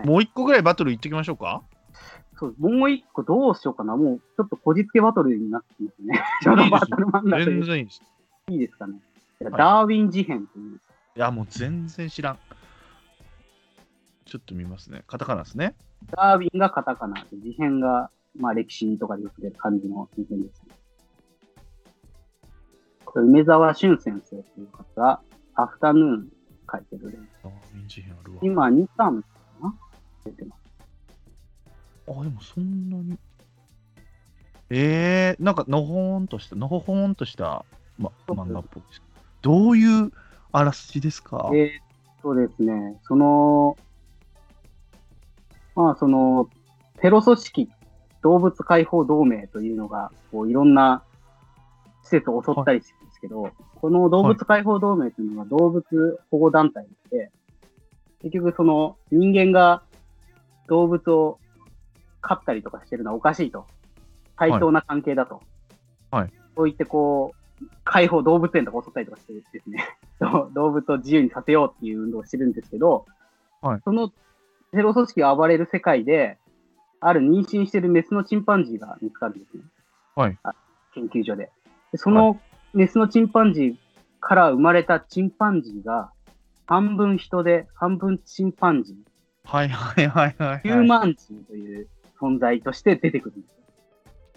い。
もう一個ぐらいバトル行ってきましょうか。
そうもう一個どうしようかな。もうちょっとこじつけバトルになってきますね。 ちょうどバトル漫画とい
全
う
然いいです。
いいですかね。
い
ダーウィン事変という。
いや、もう全然知らん。ちょっと見ますね。カタカナですね。
ダーウィンがカタカナ、事変が、まあ、歴史とかでよく出る感じの事変ですね。これ梅沢俊先生という方が、アフタヌーン書いてるね。
あ、民事編あるわ。
今、2巻かな出てます。
あ、でもそんなに。えー、なんかのほほんとした、のほほんとした、ま、漫画っぽいです。どういうあらすじですか
えーっとですね、その、まあ、その、テロ組織、動物解放同盟というのが、こう、いろんな施設を襲ったりしてるんですけど、この動物解放同盟というのは動物保護団体で、結局その人間が動物を飼ったりとかしてるのはおかしいと。対等な関係だと。
はい。
そう言ってこう、解放動物園とか襲ったりとかしてですね、ど動物を自由にさせようっていう運動をしてるんですけど、
はい
そのテロ組織が暴れる世界で、ある妊娠してるメスのチンパンジーが見つかるんですね。
はい
あ。研究所で。でそのメスのチンパンジーから生まれたチンパンジーが、半分人で、半分チンパンジー、
はいはいはいはい、
ヒ
は
ュー
い。
マン人という存在として出てくるんですよ。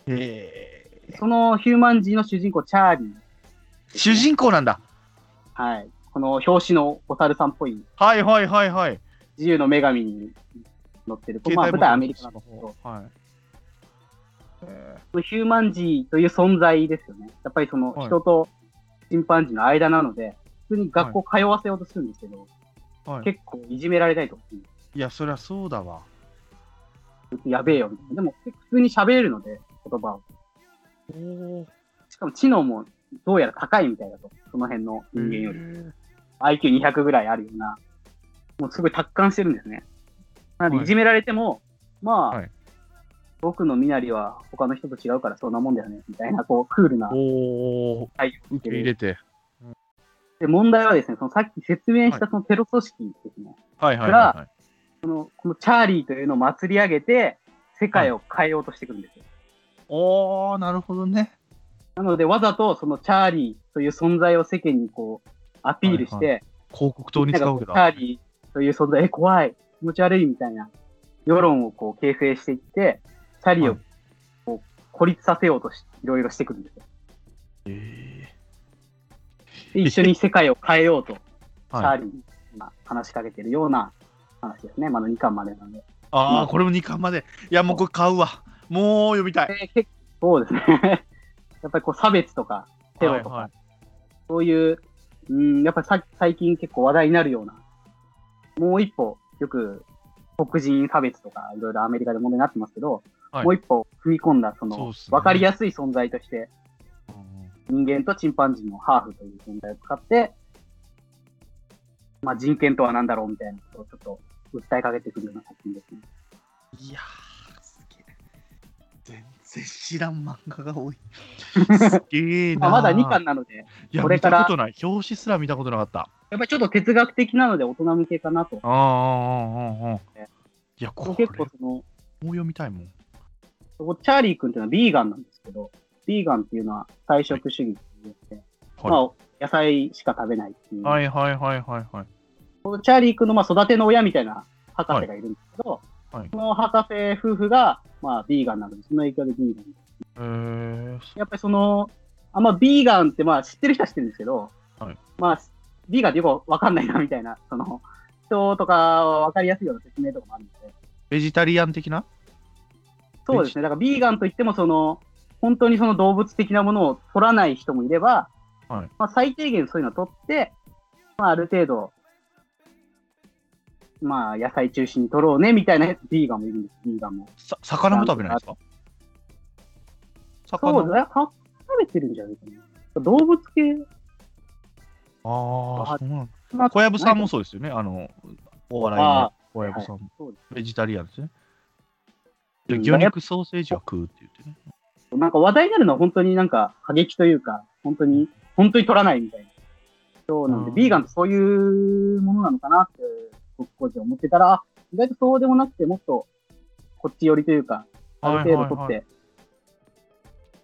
え
そのヒューマン人の主人公、チャーリー。
ー、主人公なんだ。
はい。この表紙のお猿さんっぽい
はいはいはいはい。
自由の女神に乗ってる。まあ、舞台アメリカなんですけど、
はい。え
そのヒューマンジーという存在ですよね。やっぱりその
はい
人とチンパンジーの間なので、普通に学校通わせようとするんですけど、
ーはい、
結構いじめられたりとか、
いや、そりゃそうだわ。
やべえよみたいな。でも、普通に喋れるので、言葉を。
おお。
しかも知能もどうやら高いみたいだと。その辺の人間より。IQ200 ぐらいあるような、もうすごい達観してるんですね。なの
はい
で、いじめられても、まあ、
はい
僕の身なりは他の人と違うからそんなもんだよね、みたいな、こう、クールな
おお。
対応をし
受
て
け入
る。
れて。
で、問題はですね、そのさっき説明したそのテロ組織ですね、
はいはいい
はい
は
その、このチャーリーというのを祭り上げて、世界を変えようとしてくるんですよ。
い。おお、なるほどね。
なので、わざとそのチャーリーという存在を世間にこう、アピールして、
はい広告塔に使うわけ
なんか
だ。
チャーリーという存在、え、怖い、気持ち悪いみたいな世論をこう形成していって、チャーリーを
はい
こう孤立させようとし、いろいろしてくるんですよ。で一緒に世界を変えようと、チャー
はい、
リーに今話しかけてるような話ですね。まだ2巻までなんで。
ああ、これも2巻まで。いや、もうこれ買うわ。もう読みたい。
で結 構そうですね。やっぱりこう差別とかテロとか、
はいはい
そういううん、やっぱさ最近結構話題になるような、もう一歩、よく黒人差別とか、いろいろアメリカで問題になってますけど、
はい
もう一歩踏み込んだ、そ
そう
の
っすね
分かりやすい存在として、人間とチンパンジーのハーフという存在を使って、まあ、人権とは何だろうみたいなことをちょっと訴えかけてくるような作品ですね。
いやー、すげえ。全然知らん漫画が 多い。すげえ
ま
な。
あ、まだ2巻なので、
いや、
これから
見たことない。表紙すら見たことなかった。
やっぱりちょっと哲学的なので大人向けかなと。
ああ、ああ、ああ。いや、これ、
結構その、
もう読みたいもん。
そこチャーリー君っていうのはビーガンなんですけど、ビーガンっていうのは菜食主義って言って、
は
まあ、野菜しか食べないってい
い。
う、
はいはいはいはいはい。
このチャーリー君のまあ育ての親みたいな博士がいるんですけど、
はいはい
その博士夫婦が、まあ、ビーガンなので、その影響でビーガン。
えー、
やっぱりその、あんまビーガンってまあ知ってる人は知ってるんですけど、
はい
まあ、ビーガンってよくわかんないなみたいな、その、人とかはわかりやすいような説明とかもあるんで、
ベジタリアン的な
そうですね。だからビーガンといっても、その、本当にその動物的なものを取らない人もいれば、
はい
まあ、最低限そういうのを取って、まあ、ある程度、まあ、野菜中心に取ろうね、みたいなビーガンもいるんです、ビーガンも。
さ魚も食べないですか
そう
魚
だね。か食べてるんじゃないかな。動物系
ああ、そうなん
ま
だ。
あ
小籔さんもそうですよね。あの、お笑いの
あ
小籔さんも。
そうで
ベジタリアンですね。
う
で
ん
魚肉ソーセージは食うって言ってね。
す。なんか話題になるのは本当になんか過激というか、本当に、本当に取らないみたいな。そうなんで、
うん
ビーガンってそういうものなのかなって、僕個人思ってたら、意外とそうでもなくて、もっとこっち寄りというか、ある程度取って、
はいはいはい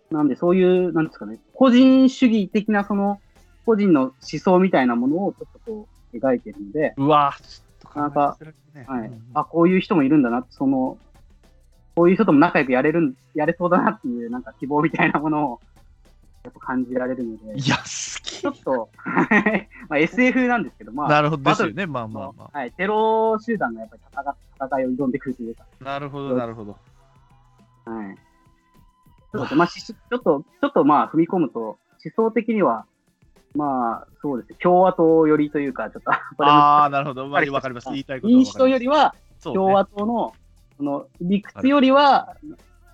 なんでそういう、なんですかね、個人主義的なその、個人の思想みたいなものをちょっとこう、描いてるので、
うわーちょっと
なかなか
考えさせられる
は
ね
い
うんうん。
あ、こういう人もいるんだな、その、こういう人とも仲良くやれるん、やれそうだなっていう、なんか希望みたいなものを、やっぱ感じられるので、
いや、好き
ちょっと、 まあ SF なんですけど、まあ、
なるほどで
バ
す
ト
よ
ル
ね。まあまあま
はい、テロ集団がやっぱり戦戦いを挑んでくるというか、
あ。なるほ
どな
るほど。
はい。そうですねまあ、しちょっと、ちょっとまあ、踏み込むと、思想的には、まあ、そうですね、共和党寄りというか、ちょっと、 これも
ああ、なるほど。わかりわかります。言いたいことは
民
わ
主
か
党
ります
よりは、
そうね
共和党のその理屈よりは、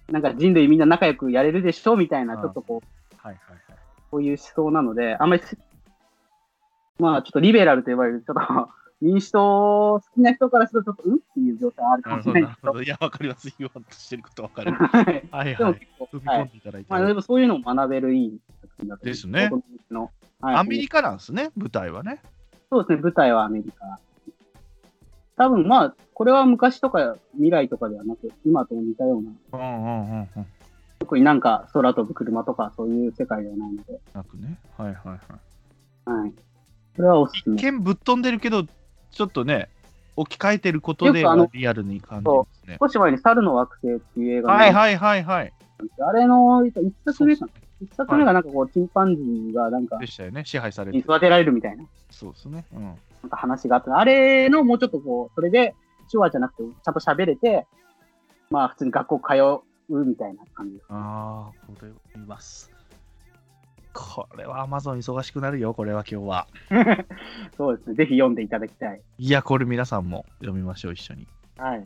なんか人類みんな仲良くやれるでしょみたいな、
うん
ちょっとこう
はいはいはい。
こういう思想なので、あんまりす、まあちょっとリベラルと呼ばれる、ちょっと民主党好きな人からすると、ちょっとうんっていう状態はあるか
な
も
る
し
ほ
れ
ど、
ない
なる
ですけ
ほ
ど
ど。いや、わかります。言わんとしてることわかる。
はい
はい
で
は
も
い。
結構
踏、み
は
込ん
い
でいただいて。
まあ、でもそういうのも学べるいい作品だと思いま
ですね。
のはい、
アメリカなんですね、舞台はね。
そうですね、舞台はアメリカ。多分まあ、これは昔とか未来とかではなく、今と似たような
うんうんうんうん。
特になんか空飛ぶ車とかそういう世界ではないので、
なくね。はいはいはい。
はい。それはおすす
一
め。
見ぶっ飛んでるけど、ちょっとね、置き換えてることで
よくあの
リアルに感じますね。
少し前に猿の惑星っていう映画が
は
あ
い
ったん
はいはいはい。
ですけどあれの一作
そう
目
で
かな一作目がなんかこう、チンパンジーがなんか、
したよね、支配されてる。
育てられるみたいな
そうですね。うん。
なんか話があって、あれのもうちょっとこう、それで手話じゃなくて、ちゃんと喋れて、まあ普通に学校通うみたいな感じです。
ああ、これを見ます。これは Amazon 忙しくなるよ、これは今日は。
そうですね。ぜひ読んでいただきたい。
いや、これ皆さんも読みましょう、一緒に。
はい。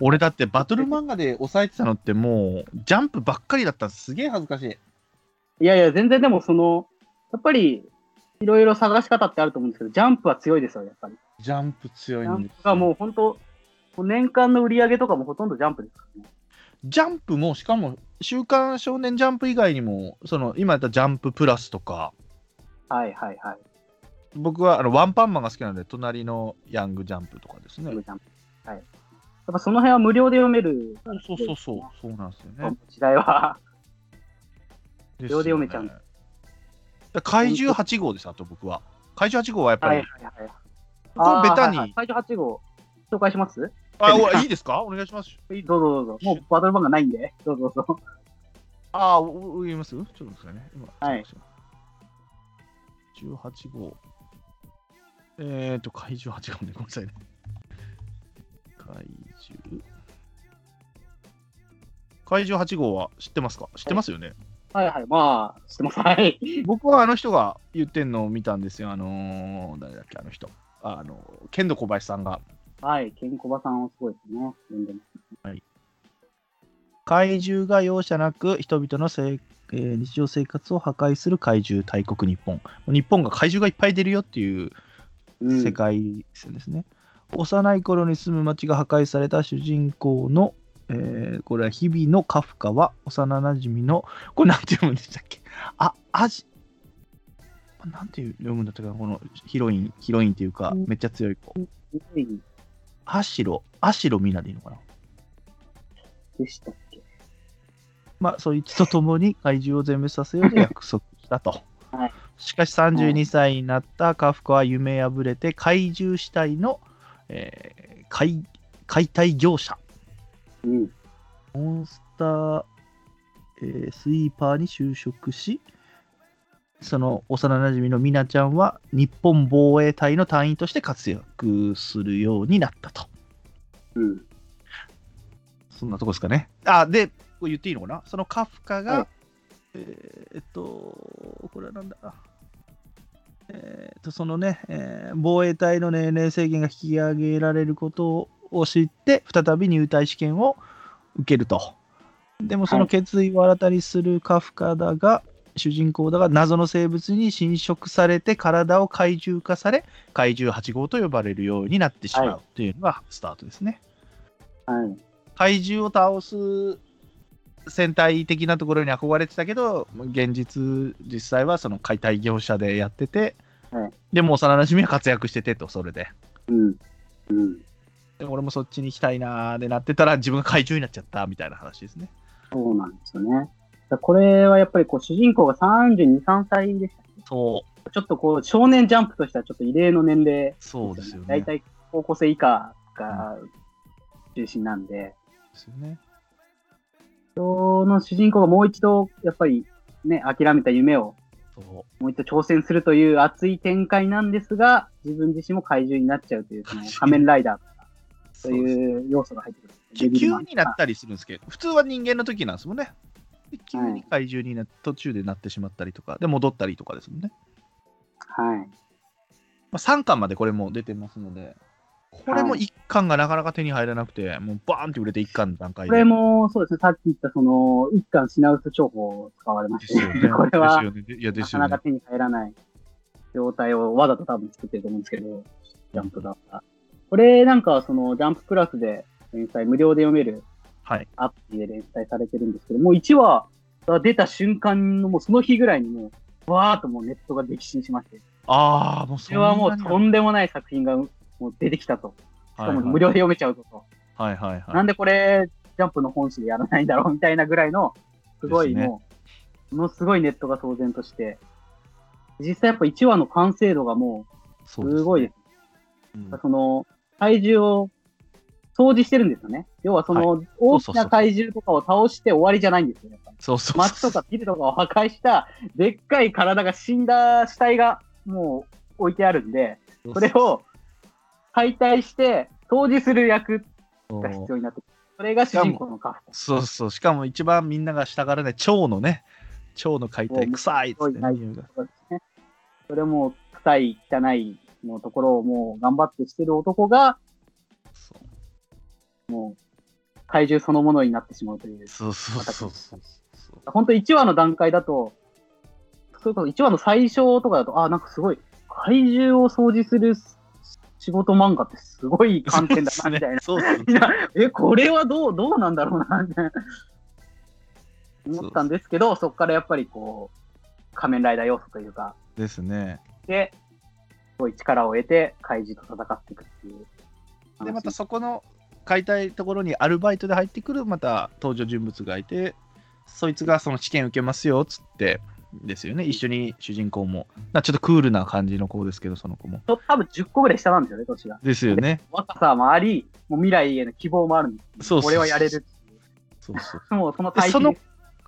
俺だってバトル漫画で抑えてたのってもう、ジャンプばっかりだったんですすげえ恥ずかしい。
いやいや、全然でもその、やっぱり、いろいろ探し方ってあると思うんですけど、ジャンプは強いですよ、やっぱり。
ジャンプ強い
ジャ
ん
ン
です
プがもう本当、もう年間の売り上げとかもほとんどジャンプですからね。
ジャンプも、しかも、週刊少年ジャンプ以外にも、その、今やったジャンププラスとか、
はいはいはい。
僕はあのワンパンマンが好きなので、隣のヤングジャンプとかですね
ジ。ャンプはい、やっぱその辺は無料で読める
そうそうそうそう、そうなんですよね。
時代は、
無
料で読めちゃうんだ
怪獣8号です、あと僕は。怪獣8号はやっぱ
はい
り、
はいはい。
これベタ
あーはいはい
に、
最初8号、紹介します
あおいいですかお願いします。
どうぞどうぞ。もうバトル版がないんで、どうぞどうぞ。
ああ、おお言いますちょっと待ってくださいね。今
はい。
18号。えっ、ー、と、怪獣8号ね。ごめんなさいね。怪獣。怪獣8号は知ってますか知ってますよね。
はいはい、まあ、知ってます。はい。
僕はあの人が言ってんのを見たんですよ。あのー誰だっけ、あの人。あの、剣道小林さんが。
はい、ケンコバさんはすごいですね。読んでます
怪獣が容赦なく人々のせい、えー日常生活を破壊する怪獣大国日本。日本が怪獣がいっぱい出るよっていう
うん、
世界線ですね。幼い頃に住む町が破壊された主人公の、えーこれは日々のカフカは幼なじみの、これなんて読むんでしたっけあ、アジ。なんて読むんだったかな、このヒロイン、ヒロインっていうか、めっちゃ強い子。
すごい
アシロ、アシロミナでいいのかな。
でしたっけ
まあ、そいつと共に怪獣を全滅させようと約束したと
はい。
しかし32歳になったカフカは夢破れて怪獣死体の、えー解解体業者
うん。
モンスター、えースイーパーに就職し、その幼なじみのミナちゃんは日本防衛隊の隊員として活躍するようになったと。
うん。
そんなとこですかね。あ、で、これ言っていいのかなそのカフカが、
はい
えーっと、これはなんだえーっと、そのね、えー防衛隊の年齢制限が引き上げられることを知って、再び入隊試験を受けると。でもその決意を新たにするカフカだが、主人公だが謎の生物に侵食されて体を怪獣化され怪獣8号と呼ばれるようになってしま
は
うというのがスタートですね。
はい。
怪獣を倒す戦隊的なところに憧れてたけど現実実際はその解体業者でやってて、
はい
でも幼なじみは活躍しててとそれで
うん。うん。
で俺もそっちに行きたいなーでなってたら自分が怪獣になっちゃったみたいな話ですね
そうなんですよね。だからこれはやっぱりこう主人公が32、3歳でしたっ
そう
けちょっとこう少年ジャンプとしてはちょっと異例の年齢
そうですよね
大体高校生以下が中心なんで、
ですよね
その主人公がもう一度、やっぱりね、諦めた夢を
そ
もう一度挑戦するという熱い展開なんですが、自分自身も怪獣になっちゃうという、その仮面ライダ
う
ーという要素が入ってくる。
急
デビル
急
マン
になったりするんですけど普通は人間の時なんですもんねで急
は
に
い
怪獣にな途中でなってしまったりとかで戻ったりとかですもんね
はい。
まあ、3巻までこれも出てますので、これも1巻がなかなか手に入らなくて、もうバーンって売れて1巻の段階で。
これも、そうですね、さっき言った、その、一貫品薄重宝を使われま
で
し
す
て、
よね。
これは
ですよね。でいや、で
な
す
か
よ
な
ね
か。手に入らない状態をわざと多分作ってると思うんですけど、ジャンプだったら。これなんかはその、ジャンププラスで連載、無料で読める
はい。
アプリで連載されてるんですけど、もう1話が出た瞬間の、もうその日ぐらいにもう、わーっともうネットが激震しまして、
ああ、もう
そ
そ
れは
ん
もう
なに
とんでもない作品がもう出てきたと。しかも無料で読めちゃうぞと。
はいはいはいはい
な
はい。
んでこれ、ジャンプの本誌でやらないんだろうみたいなぐらいの、すご
で
い
すね
もう、ものすごいネットが騒然として、実際やっぱ1話の完成度がも、
そううです
ごいです。
うん
その、怪獣を掃除してるんですよね。要はその、大
そうそう
き
そう
な怪獣とかを倒して終わりじゃないんですよ、やっぱり。
そうそう
街
そ
と
う。
かビルとかを破壊した、でっかい体が死んだ死体がもう置いてあるんで、それを解体して、掃除する役が必要になってくる。それが主人公のカフカ。
そうそう。しかも一番みんながしたがらね、蝶のね、蝶の解体、
もう
臭いっつってね
すごい
匂いが
そうですね。それも、臭い、汚いのところをもう頑張ってしてる男が、
そう
もう、怪獣そのものになってしまうという。
そうそうそうそうそう。
本当1話の段階だと、それこそ1話の最初とかだと、あ、なんかすごい、怪獣を掃除する仕事漫画ってすごい観点だな、みたい な。
そうですね。
いやえ、これはどう、どうなんだろうな、みたいな。思ったんですけど、そこからやっぱりこう、仮面ライダー要素というか、
ですね。
で、すごい力を得て怪獣と戦っていくっていう。
でまたそこの買いたいところにアルバイトで入ってくるまた登場人物がいてそいつがその試験受けますよっつってですよね一緒に主人公もなちょっとクールな感じの子ですけどその子も
ちょ多分10個ぐらい下なんですよね、年が。
ですよね
若さもあり、もう未来への希望もあるんです。
そうそうそう
俺はやれる。
そうそう
もうその
で
対比
そ
で
の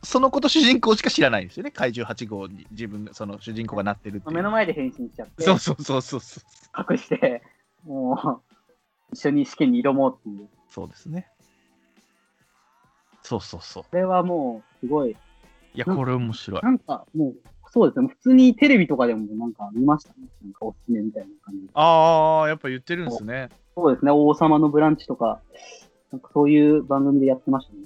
そのこと主人公しか知らないんですよね怪獣8号に自分がその主人公がなってるっていう
目の前で変身しちゃって、
そうそうそうそうそう
隠して、もう、一緒に試験に挑もうっていう。
そうですねそうそうそう
これはもう、すごい、
いや、これ面白い。
なんかもう、そうですね、普通にテレビとかでもなんか見ましたね。なんかおすすめみたいな感じで。
ああ、やっぱ言ってるんですね。
そうですね、王様のブランチとか、なんかそういう番組でやってましたね。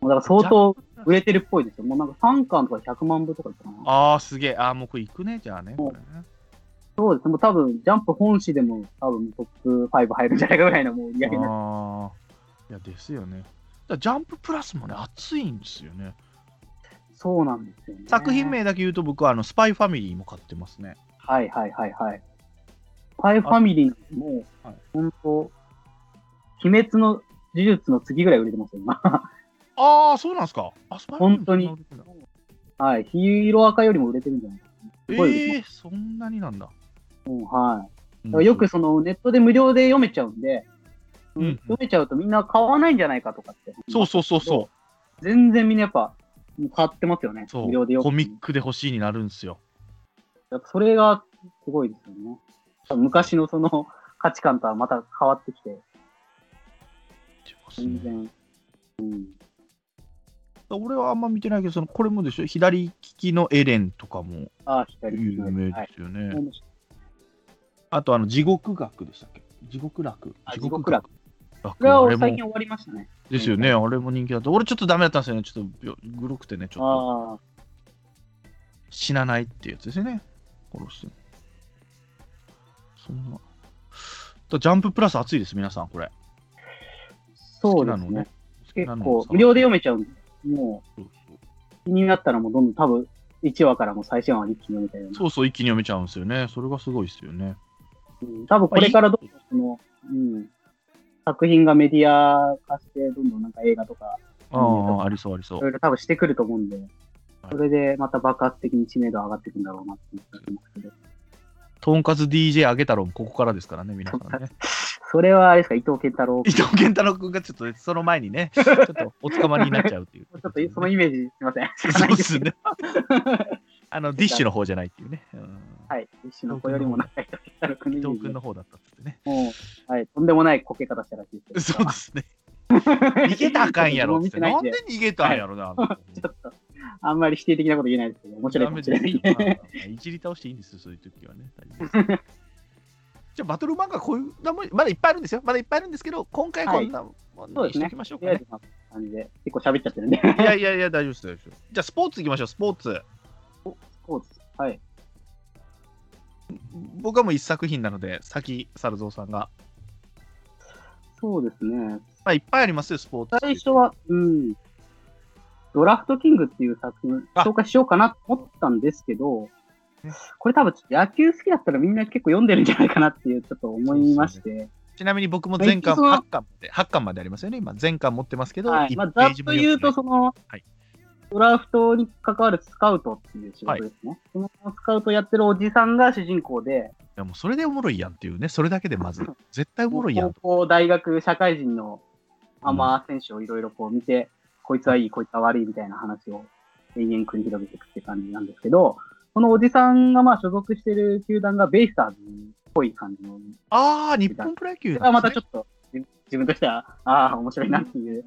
もうだから相当売れてるっぽいですよ。もうなんか3巻とか100万部とかかな。
ああ、すげえ。ああ、もうこれ行くね、じゃあね。これね
そうですね、もう多分、ジャンプ本誌でも多分トップ5入るんじゃないかぐらいのもう売り上げになって
ああ。いや、ですよね。だからジャンププラスもね、熱いんですよね。
そうなんですよね。
作品名だけ言うと、僕はあのスパイファミリーも買ってますね。
はいはいはいはい。スパイファミリーも、
はい
本当、鬼滅の呪術の次ぐらい売れてますよ、 今。
ああ、そうなんですか。あ、スパイファミリー
本当に
そんな売れてんだ
はい。ヒーロー赤よりも売れてるんじゃないか
え
ごいです
えー、そんなになんだ。
な。うん、はい。だからよくそのネットで無料で読めちゃうんで、
うんうん
読めちゃうとみんな買わないんじゃないかとかって。。
そうそうそうそう
全然みんなやっぱ、もう買ってますよね
う。。そう。
無料で
コ
読む
ミックで欲しいになるんですよ。
やっぱそれがすごいですよね。多分昔のその価値観とはまた変わってきて、全然。うん。
俺はあんま見てないけど、そのこれもでしょ。左利きのエレンとかも
ああ、左利
有
きの
名
やつは
で
い。
すよね。あとあの地獄学でしたっけ地獄楽
あ地獄楽
楽
これ
あ
は
れ
最近
も
終わりましたね。
ですよねあれも人気だった俺ちょっとダメだったんですよねちょっとよグロくてねちょっと
ああ、
死なないっていうやつですよね殺してもそんなだジャンププラス熱いです皆さんこれ
そうで
好きな
す
の
ね
ね。好き
結
なの
構
さ、
無料で読めちゃうんで、も
そうそう
う気になったらもうどんどん多分、1話からもう最新話まで一気に読みたいな。
そうそう一気に読めちゃうんですよねそれがすごいですよね
うん多分これからどんどんその、うん、作品がメディア化して、どんどんなんか映画とか、
あ
うん
あありそうありそ
いうろいろ多分してくると思うんで、それでまた爆発的に知名度上がっていくんだろうなって思ってますけど、
とんかつ DJ あげ太郎もここからですからね皆さん ね
それはあれですか、伊藤健太郎。
伊
ち
藤健太郎君がちょっとその前にね、ちょっとおつかまりになっちゃうって いう。
ょっとそのイメージ、すいません。
そうですね。 あの、ディッシュの方じゃないっていうね。うん
はい。一種の子よりも長い伊藤健太郎君
伊
のイメー
藤
ジ
君の方だったっつってね。
もう、はい、とんでもないこけ方したらしいです
そうですね。 逃げたらあかんやろっつって。
僕も
な
見
ん
て
で
ない
逃げたんやろな。
ちょっと、あんまり否定的なこと言えないですけど、面白いかもしれな
ダ
い。
メですよいじり倒していいんですよ、そういう時はね。大丈夫ですじゃあ、バトル漫画こういう名前、まだいっぱいあるんですよ。まだいっぱいあるんですけど、今回こんなものにしておきましょう
と
か
りあえ
ね
ず。、まあ感じで、結構喋っちゃっ てるんで。
いやいやいや、大丈夫です、大丈夫です。じゃあ、スポーツいきましょう、スポーツ。
そうです。はい。
僕はもう一作品なので、先、猿蔵さんが。
そうですね。
まあ、いっぱいありますよ、スポーツ。
最初は、うん、ドラフトキングっていう作品、
あ
紹介しようかなと思ったんですけど、これ多分ちょっと野球好きだったらみんな結構読んでるんじゃないかなっていう、ちょっと思いまして。
ちなみに僕も全巻
まあ
8巻まで、8巻までありますよね、今。全巻持ってますけど、
はい。
1
まあ、
ペ
ざ
ー
っ
ジ
と
も読
言
ん
う
でな
と、
い
その、
はい
ドラフトに関わるスカウトっていう仕事ですね。そのスカウトやってるおじさんが主人公で、
いやもうそれでおもろいやんっていうね、それだけでまず、絶対おもろいやん
高
と。
校、大学、社会人のアマー選手をいろいろこう見て、こいつはいい、こいつは悪いみたいな話を延々繰り広げていくって感じなんですけど、このおじさんがまあ所属してる球団がベイスターズっぽい感じの、
ああ、日本プロ野球
それ
だ、
はまたちょ
っ
っと自自分としては、ああ、面白いなっていう。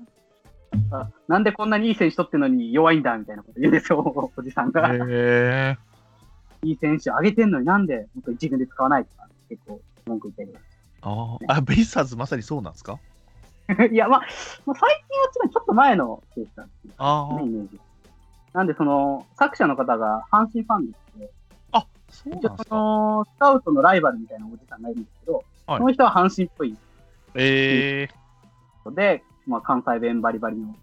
あなんでこんなにいい選手取ってるのに弱いんだみたいなこと言うんですよ、 おじさん
と
が。
へえ。
いい選手上げてんのになんでもっと一軍で使わないとか、結構文句言ったりとか
あーあ、ベイスターズまさにそうなんですか
いや、まあ、まあ、最近は違う、ちょっと前のケースだっていうね
あ
イメージ。なんで、その、作者の方が阪神ファンでして、
あ、あ、そう
一
なん
応
です
そ
か。
の、スカウトのライバルみたいなおじさんがいるんですけど、
はい
その人は阪神っぽい
ええ。
人で、まあ、関西弁バリバリの、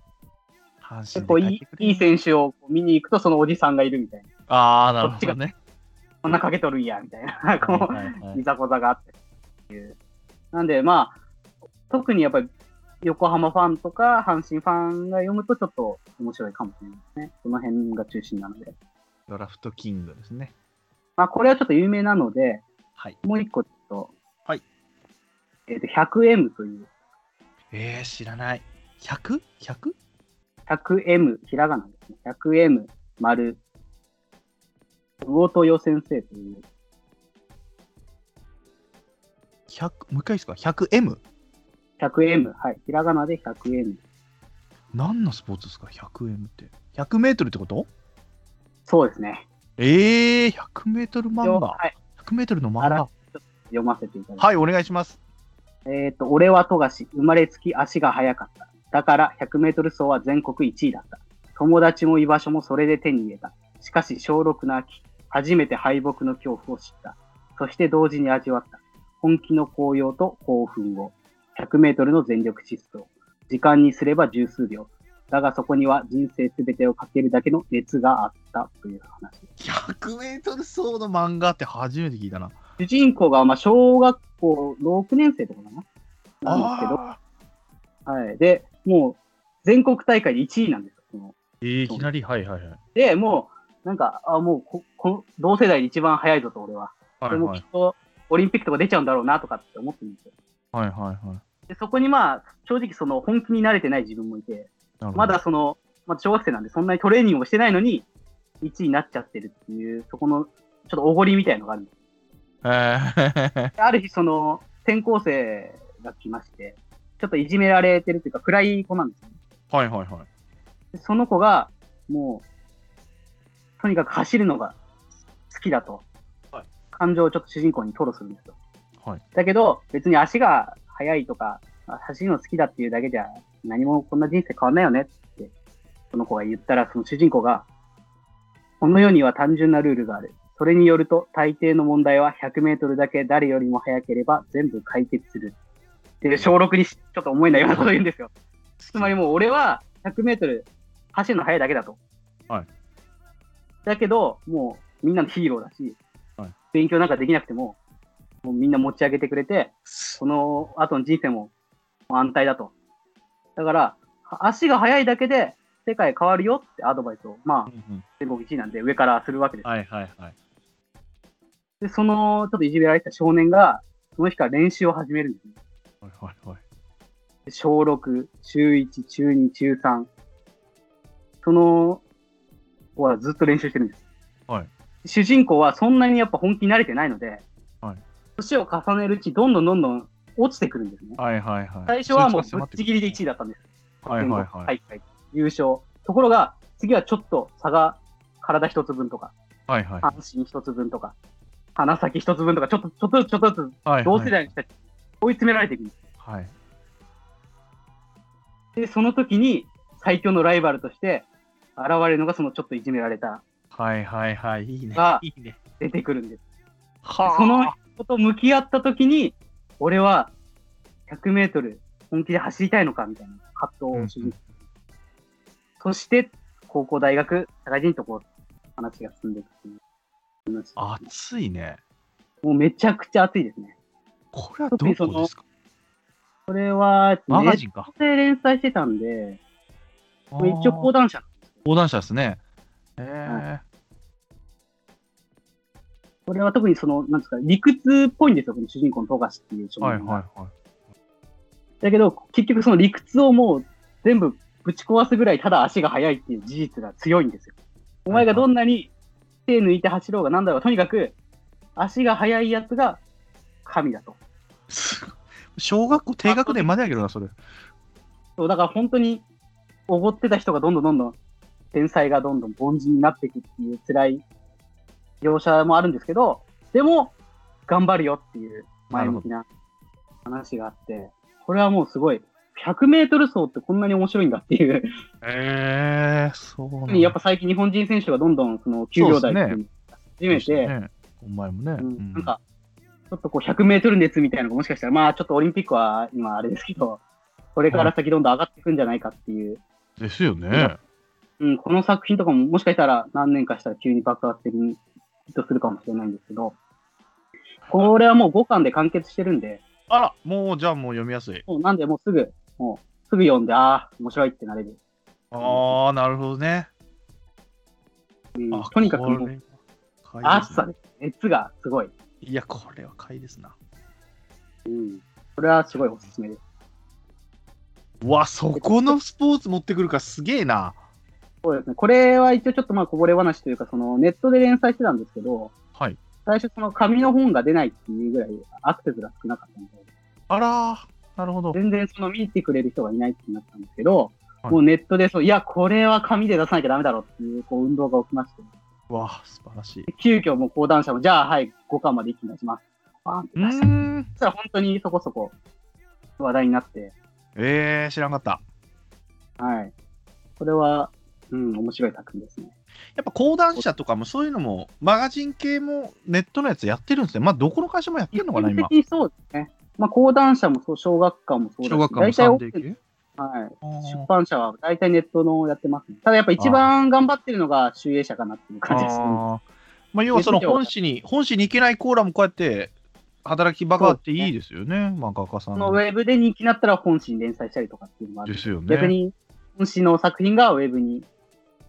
結
結構いいいい選手を見に行くと、そのおじさんがいるみたいな、
ああ、なるほどね。
こんなかけとるんや、みたいな、 こう、
はいはいはい
いざこざがあってっていう。なんで、まあ、特にやっぱり横浜ファンとか阪神ファンが読むとちょっと面白いかもしれないですね。その辺が中心なので。
ドラフトキングですね。
まあ、これはちょっと有名なので、
はい。
もう一個ちょっと、
はい。
えっ、と、100M という、
ええ、知らない。100?100?
100M、ひらがなですね。100M 丸、魚豊先生という、
100もう一回いいですか 100M?
100M、はい。ひらがなで 100M。
何のスポーツですか 100m って100メートルってこと
そうですね。
ええー、100メートル
一応
漫画。
はい、
100メートルの
あ
漫
ら
画。
読ませていただきます。
はい、お願いします。
えっ、と、俺は富樫、生まれつき足が速かった。だから100メートル走は全国1位だった。友達も居場所もそれで手に入れた。しかし小6の秋、初めて敗北の恐怖を知った。そして同時に味わった。本気の高揚と興奮を。100メートルの全力疾走。時間にすれば十数秒。だがそこには人生すべてをかけるだけの熱があったという話。
100メートル走の漫画って初めて聞いたな。
主人公がまあ小学校6年生とかかななんですけど、
あ
はい。で、もう、全国大会で1位なんですよ。その
ーえー、いきなり、はいはいはい。
で、もう、なんか、あ、もうこ、この、同世代で一番早いぞと、俺は。
は
で
い
も
は
きっ
い。
と、オリンピックとか出ちゃうんだろうな、とかって思ってるんですよ。
はいはいはい
で、そこにまあ、正直その、本気に慣れてない自分もいて、
なるほど。
まだその、まだ小学生なんで、そんなにトレーニングもしてないのに、1位になっちゃってるっていう、そこの、ちょっとおごりみたいのがあるんです
え
である日、その、転校生が来まして、ちょっといじめられてるっていうか、暗い子なんですよ。
ー、 はいはいはい。
でその子が、もう、とにかく走るのが好きだと、
はい
感情をちょっと主人公に吐露するんですよ。
はい
だけど、別に足が速いとか、あ走るの好きだっていうだけじゃ、何もこんな人生変わんないよねって、その子が言ったら、その主人公が、この世には単純なルールがある。それによると、大抵の問題は100メートルだけ誰よりも速ければ全部解決する。で、小6にしちょっと思えないようなこと言うんですよ。つまりもう俺は100メートル走るの速いだけだと。
はい
だけど、もうみんなのヒーローだし、
はい
勉強なんかできなくても、もうみんな持ち上げてくれて、この後の人生ももう安泰だと。だから、は足が速いだけで世界変わるよってアドバイスを、まあ、全国1位なんで上からするわけです。
はいはいはい。
で、その、ちょっといじめられてた少年が、その日から練習を始めるんですね。
はいはいはい。
小6、中1、中2、中3。その子はずっと練習してるんです。
はい
主人公はそんなにやっぱ本気に慣れてないので、
はい
年を重ねるうち、どんどんどんどん落ちてくるんですね。
はいはいはい。
最初はもう
そいつが迫
ぶっ
ってくる
ちぎりで1位だったんです。
はいはいはい。
全国大会優勝。ところが、次はちょっと差が体一つ分とか、
はいはい。
半身一つ分とか、鼻先一つ分とか、ちょっと、ちょっとずつ、ちょっとず
はい
つ、同世代の人たち、追い詰められていくんです
はい。
で、その時に最強のライバルとして現れるのが、そのちょっといじめられた、
はいはいはい。いいね
が。
いいね。
出てくるんです。
はあ。
その人と向き合った時に、俺は100メートル本気で走りたいのかみたいな葛藤を主人公にそして、高校、大学、社会人とこう、話が進んでいくっていう話。
熱いね。
もうめちゃくちゃ熱いですね。
これはどこですか
これは、
マ
ネ
ガ
ッ
ジンか。
トで連載してたんで、一応講
談
談社。
講談社ですね。え
これは特にその、なんですか、理屈っぽいんですよ、この主人公の富樫っていう
え
少
はい
年が。
はいは
だけど、結局その理屈をもう全部ぶち壊すぐらい、ただ足が速いっていう事実が強いんですよ。お前がどんなに手抜いて走ろうがなんだろうが、とにかく足が速いやつが神だ
い。
と。
小学校低学年までやけどな、それ。
そうだから本当に、おごってた人がどんどんどんどん、天才がどんどん凡人になっていくっていう辛い描写もあるんですけど、でも、頑張るよっていう前向きな話があって、これはもうすごい、100メートル走ってこんなに面白いんだっていう。
ええ、そうなんだ
やっぱ最近日本人選手がどんどんその9秒台
そう
に始めて、
ねお前もね。
うんなんか、ちょっとこう100メートル熱みたいなのがもしかしたら、まあちょっとオリンピックは今あれですけど、これから先どんどん上がっていくんじゃないかっていう、
うんですよね。
うん、この作品とかももしかしたら何年かしたら急に爆発的にヒットするかもしれないんですけど、これはもう5巻で完結してるんで、
あら、もうじゃあもう読みやすい。
もうなんでもうすぐ、もうすぐ読んで、ああ、面白いってなれる。
ああ、なるほどね。
うん
あ
とにかくも
こ
う
れは買いです
暑
ね
さです。熱がすごい。
いや、これは買いですな。
うん。これはすごいおすすめです。
うわ、そこのスポーツ持ってくるからすげえな。
そうですね。これは一応ちょっとまあこぼれ話というか、そのネットで連載してたんですけど、
はい。
最初その紙の本が出ないっていうぐらいアクセスが少なかったので、
あらー、なるほど。
全然その見てくれる人がいないってなったんですけど、
はい
もうネットでそう、いや、これは紙で出さなきゃダメだろうっていうこう運動が起きまして、
わあ、素晴らしい。
急遽もう講談社も、じゃあはい、5巻まで一気に出します。バーンって
う
出して
ーん。
そしたら本当にそこそこ話題になって、
ええ知らんかった。
はい。これは、うん、面白い作品ですね。
やっぱ講談社とかもそういうのも、マガジン系もネットのやつやってるんですね。まあ、どこの会社もやってるのかな、今
基本。的にそうですね。まあ、講談社もそう、小学館もそうだし、
小学館もサンデー系
はい、
あー
出版社は大体ネットのやってますね。ただやっぱ一番頑張ってるのが集英社かなっていう感じですね。
あーまあ、要はその本誌に、本誌に行けないコーラもこうやって働きバカっていいですよね、漫画家さん
そ
の
のウェブで人気になったら本誌に連載したりとかっていうのもある
で。すよね。
逆に本誌の作品がウェブに来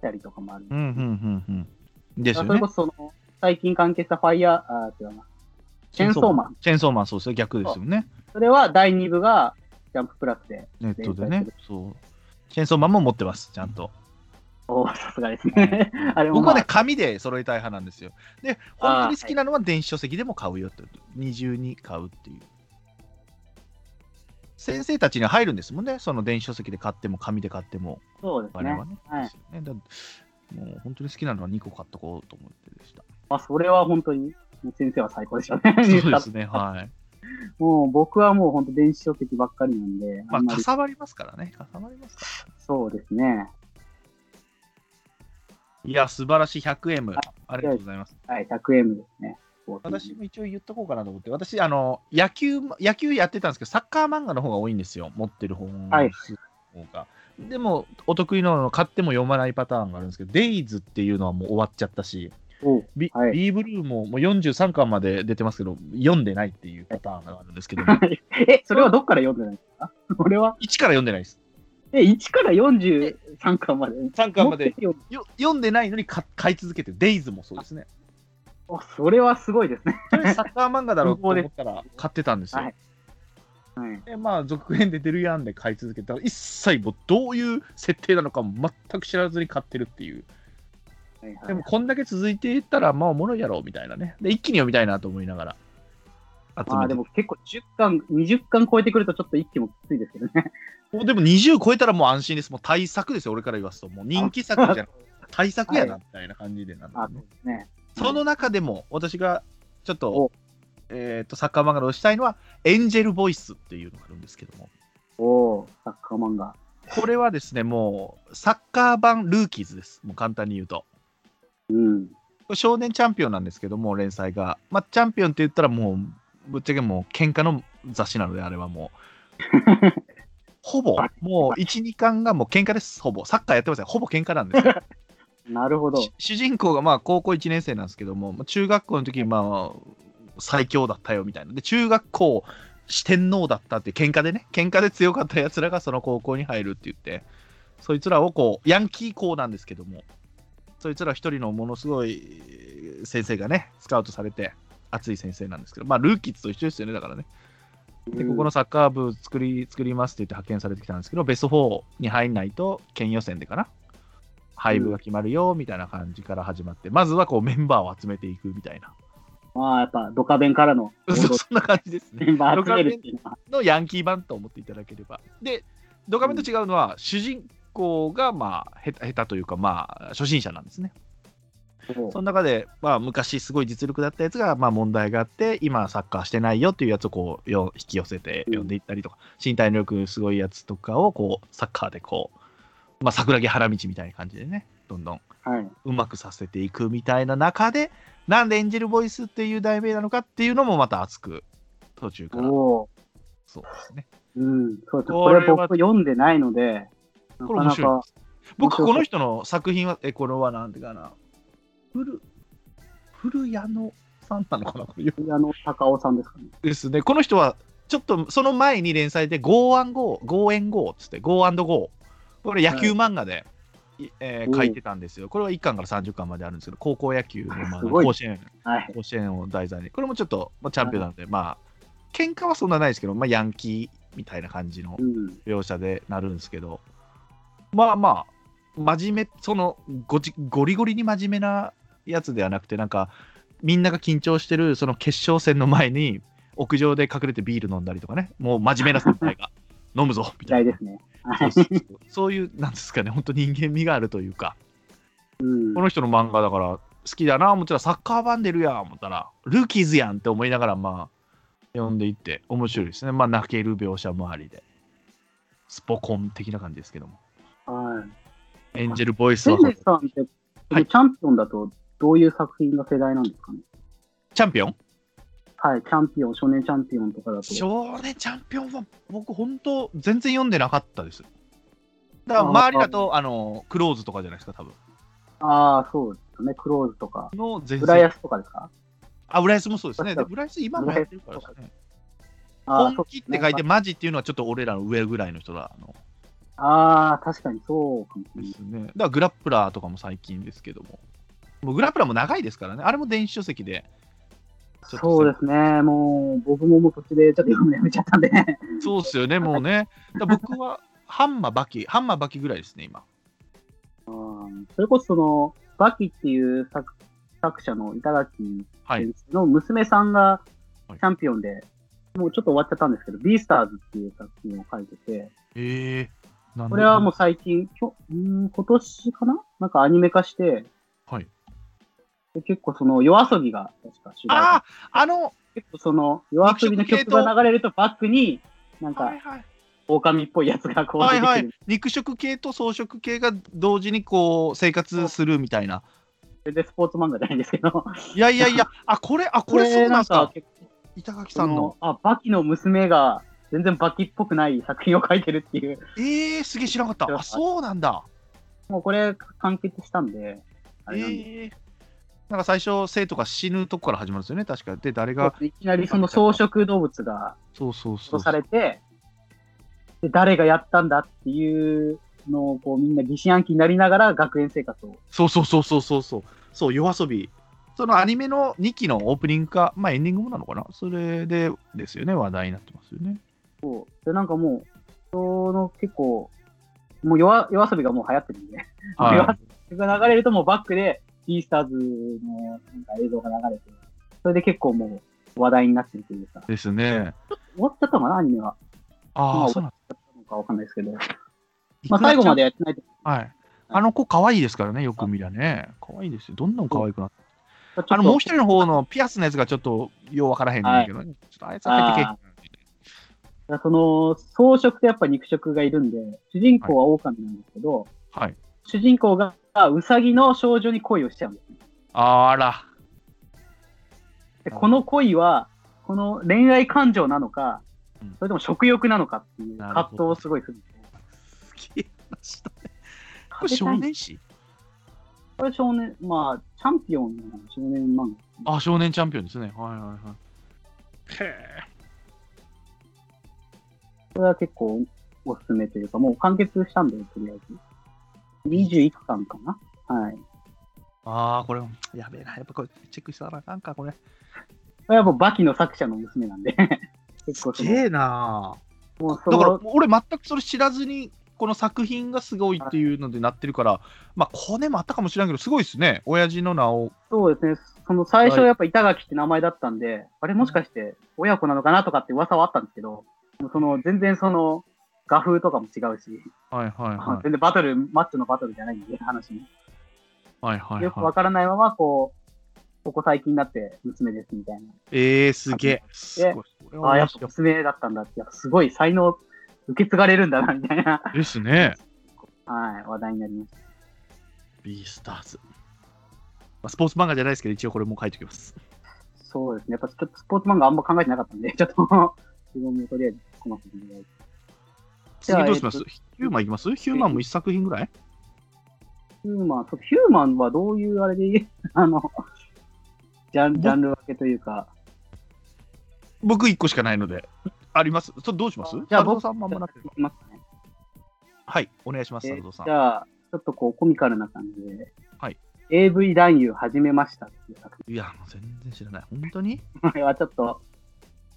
たりとかもある。
うんうんうんうん。ですよ
それ
ね
こ。そその最近完結したファイヤー、あー違うな。チェーンソーマン。
チェーンソーマン、そうですよ、逆ですよね。
それは第2部がジャンププラスで。
ネットで
連
ね
載。
そう。チェーンソーマンも持ってます、ちゃんと。
おーさすがですね。 あれも、
僕
まあ
はね、紙で揃えたい派なんですよ。で、
あー
本当に好きなのは電子書籍でも買うよって、二重に買うっていう。先生たちに入るんですもんね、その電子書籍で買っても、紙で買っても、
そうです
我々
ね
は。ね。
はい
ですよねだもう本当に好きなのは2個買っとこうと思ってで した。
まあ、それは本当に、先生は最高でしたね。
そうですね、はい。
もう僕はもう本当電子書籍ばっかりなんで、
ま
ん
あ、
ま
か
り
さばりますからね、かさばりますから。
そうですね。
いや、素晴らしい、100M。ありがとうございます。
はい、100M ですね。
私も一応言っとこうかなと思って、私、あの、野球、野球やってたんですけど、サッカー漫画の方が多いんですよ、持ってる本
はい
数の方が。でも、お得意なのを買っても読まないパターンがあるんですけど、デイズっていうのはもう終わっちゃったし、
おう
ビ,、
はい
ビーブルーももう43巻まで出てますけど、読んでないっていうパターンがあるんですけ ども、
え、それはどっから読んでないんですか 俺は、
1から読んでないです。
え、1から43巻まで。
3巻ま
持
で
って読む
よ読んでないのにか買い続けてる、デイズもそうですね。
おそれはすごいですね。
とりあえずサッカー漫画だろうと思ったら 買ってたんですよ。
はいはい、
でまあ続編で出るやんで買い続けたら一切もうどういう設定なのかも全く知らずに買ってるっていう
はいはい
でもこんだけ続いていったらまあおもろいやろみたいなねで一気に読みたいなと思いながら集
まあ
め
で
て
も結構10巻、20巻超えてくるとちょっと一気もきついですけどね。
もうでも20超えたらもう安心ですもう大作ですよ俺から言わすともう人気作 じゃなくて大作やな
は
みたいな感じでなんで
あ
す
そう
ね
ですね。
その中でも私がちょっと
お
えっとサッカー漫画の推したいのはエンジェルボイスっていうのがあるんですけども
おおサッカー漫画。
これはですねもうサッカー版ルーキーズですもう簡単に言うと
うん。
少年チャンピオンなんですけども連載が、まあ、チャンピオンって言ったらもうぶっちゃけもう喧嘩の雑誌なのであれはもうほぼもう12巻がもう喧嘩ですほぼサッカーやってませんほぼ喧嘩なんですよ
なるほど。
し主人公がまあ高校1年生なんですけどもまあ中学校の時にまあ最強だったよみたいなで中学校四天王だったっていう喧嘩でね喧嘩で強かったやつらがその高校に入るって言ってそいつらをこうヤンキー校なんですけどもそいつら一人のものすごいえー先生がね、スカウトされて、熱い先生なんですけど、まあ、ルーキッズと一緒ですよね、だからね。で、ここのサッカー部作り作りますって言って派遣されてきたんですけど、ベスト4に入んないと、県予選でかな、配部が決まるよみたいな感じから始まって、まずはこうメンバーを集めていくみたいな、
まあやっぱドカベンからの
そうそんな感じですね。
メンバー集めるっていうのは。
のヤンキー版と思っていただければ。で、ドカメと違うのは、主人公が、まあ、へた下手というか、まあ、初心者なんですね。
おう
その中で、まあ、昔すごい実力だったやつが、まあ、問題があって今サッカーしてないよっていうやつをこうよ引き寄せて呼んでいったりとか、身体能力すごいやつとかをこうサッカーでこう、まあ、桜木花道みたいな感じでねどんどん
はい。
うまくさせていくみたいな中でなんでエンジェルボイスっていう題名なのかっていうのもまた熱く途中から
おお。
そうですね
うん、そ
こ
うこ
れ
れ
は
僕読んでないので、な
これ
か
面
な
白い
か
で、す僕この人の作品はえこれはなんていうかな古古谷野さんなのかなこれ
あの、高尾さんですかね。
ですね。この人は、ちょっとその前に連載で Go&Go、Go&Go っつって、Go&Go。これ野球漫画で、いえー
うん
書いてたんですよ。これは1巻から30巻まであるんですけど、高校野球の漫
すご
画、
い
甲子園、
はい。
甲子園を題材に。これもちょっと、まあ、チャンピオンなので、まあ、喧嘩はそんなないですけど、まあ、ヤンキーみたいな感じの
うん。
描写でなるんですけど、まあまあ、真面目、そのごち、ゴリゴリに真面目なやつではなくて、なんか、みんなが緊張してる、その決勝戦の前に、屋上で隠れてビール飲んだりとかね、もう真面目な先輩が、飲むぞみ
期
たいな。
待ですね。
そうそうそうそういう、なんですかね、本当人間味があるというか、
うん
こ。の人の漫画だから、好きだな思ってたらサッカー版出るやん思ったらルーキーズやんって思いながらまあ読んでいって面白いですねまあ泣ける描写もありでスポコン的な感じですけども
はい。
エンジェルボイス
せ
は
んべいさんって、
はい
チャンピオンだとどういう作品が世代なんですかね
チャンピオン
はい、チャンピオン、少年チャンピオンとかだと。
少年チャンピオンは僕本当全然読んでなかったですだから周りだとあのクローズとかじゃないですか多分
ああ、そうですよね。クローズとか、
の全
浦安とかですか
あ、浦安もそうですね。で浦安今もやってるからですね。
あー
本気って書いて、マジっていうのはちょっと俺らの上ぐらいの人だ。あの
ああ、確かにそうかもしれ
で
ない。
すね。だからグラップラーとかも最近ですけども。もうグラップラーも長いですからね。あれも電子書籍で。ちょっと
そうですね。もう、僕ももう途中でちょっと読むのやめちゃったんで。
そうっすよね、もうね。だから僕は、ハンマーバキ、ハンマーバキぐらいですね、今。
うんそれこそ、その、バキっていう作作者の板垣
はい。
先生の娘さんがチ
はい
ャンピオンで、もうちょっと終わっちゃったんですけど、ビースターズっていう作品を書いてて、
えー。なんだ
これはもう最近、きょうーん今年かななんかアニメ化して、
はい
で結構その夜遊びが確か主題で
ああ、あの、
結構その夜遊びの曲が流れるとバックになん
はい
か
はい。
狼っぽいやつがこう
は
出
い
て
は
く
い
る。
肉食系と草食系が同時にこう、生活するみたいな。
全然スポーツ漫画じゃないんですけどこ
いやいやいや、あ、これ、あ、これそうなんすか。
結構
板垣さ
そ
んの
の。あバキの娘が全然バキっぽくない作品を書いてるっていう
えー、すげえ知らなかった。あ、そうなんだ。
もうこれ完結したんであれなんです
えー、なんか最初、生徒が死ぬとこから始まるんですよね、確か。で、誰
そう
が、
いきなりその草食動物が
そうそうそう。
殺されて、で誰がやったんだっていうのをこうみんな疑心暗鬼になりながら学園生活を。
そうそうそうそうそうそう。そう、夜遊び。そのアニメの2期のオープニングか、まあエンディングもなのかなそれでですよね、話題になってますよね。
で、なんかもう、その結構、もう夜夜遊びがもう流行ってるんで、
は
夜遊びが流れるともうバックで、ビースターズのなんか映像が流れて、それで結構もう話題になってるというか、
い。ですね。
終わっちゃったのかな、アニメは。
あ
ま
あ、
あ
そうなんだ。
終わっちゃったのかわかんないですけど、まあ最後までやってないと、
はい。あの子可愛いですからね、よく見りゃね。可愛いですよ。どんどん可愛くなって。
ちょっと
あの、もう一人の方のピアスのやつがちょっと、ようわからへんねんけどね。ちょっとあいつは入ってけ
だからその、草食とやっぱ肉食がいるんで、主人公は狼なんですけど、
はい。
主人公がウサギの少女に恋をしちゃうんですね。
あら。
で
うん
この恋は、この恋愛感情なのか
うん、
それとも食欲なのかっていう
なる
葛
ほ
藤
ど
をすごいするんですね。
これ
食べた
少
いんです
年誌
これ少年、まあ、チャンピオンの少年漫画。
あ、少年チャンピオンですね。はいはいはい。へえ。
これは結構おすすめというか、もう完結したんで、とりあえず。21巻かなはい。
ああ、これ、やべえな。やっぱこれ、チェックしたらあかんか、これ。
これはもうバキの作者の娘な んで。結構その、
えな
もうそ
だから
の、、
俺、全くそれ知らずに、この作品がすごいっていうのでなってるから、まあ、コネもあったかもしれんけど、すごいですね。親父の名を。
そうですね。その最初やっぱ板垣って名前だったんで、あれもしかして親子なのかなとかって噂はあったんですけど、その全然その画風とかも違うし、
はいはいはい。
全然バトル、マッチョのバトルじゃないんで、話も。
はいはい
よく
は
わ
い。
からないまま、こう、ここ最近になって娘ですみたいな。
えー、すげえ。すごい。これ
ああ、や
は
っぱ娘だったんだって、やっぱすごい才能受け継がれるんだな、みたいな、
ですね。
はい、話題になりました。
ビースターズ。まあ、スポーツ漫画じゃないですけど、一応これも書いておきます。
そうですね。やっぱちょっとスポーツ漫画あんま考えてなかったんで、ち ょっと、自分もとりあえずこの辺でじゃあ
次どうします、
えっ
ヒューマンいきますヒューマンも一作品ぐらい
ヒューマン、そうヒューマンはどういうあれで 言うあの、ジャンジャンル分けというか、
僕1個しかないので。あります。それどうします
じゃあ
サルゾ
僕
ウさんまんまなくて
いきますかね。
はい、お願いします、サ
え
ルゾウさん。
じゃあ、ちょっとこうコミカルな感じで、
はい、
AV 男優始めましたっていう作
いや、もう全然知らない。本当に
品これはちょっと、も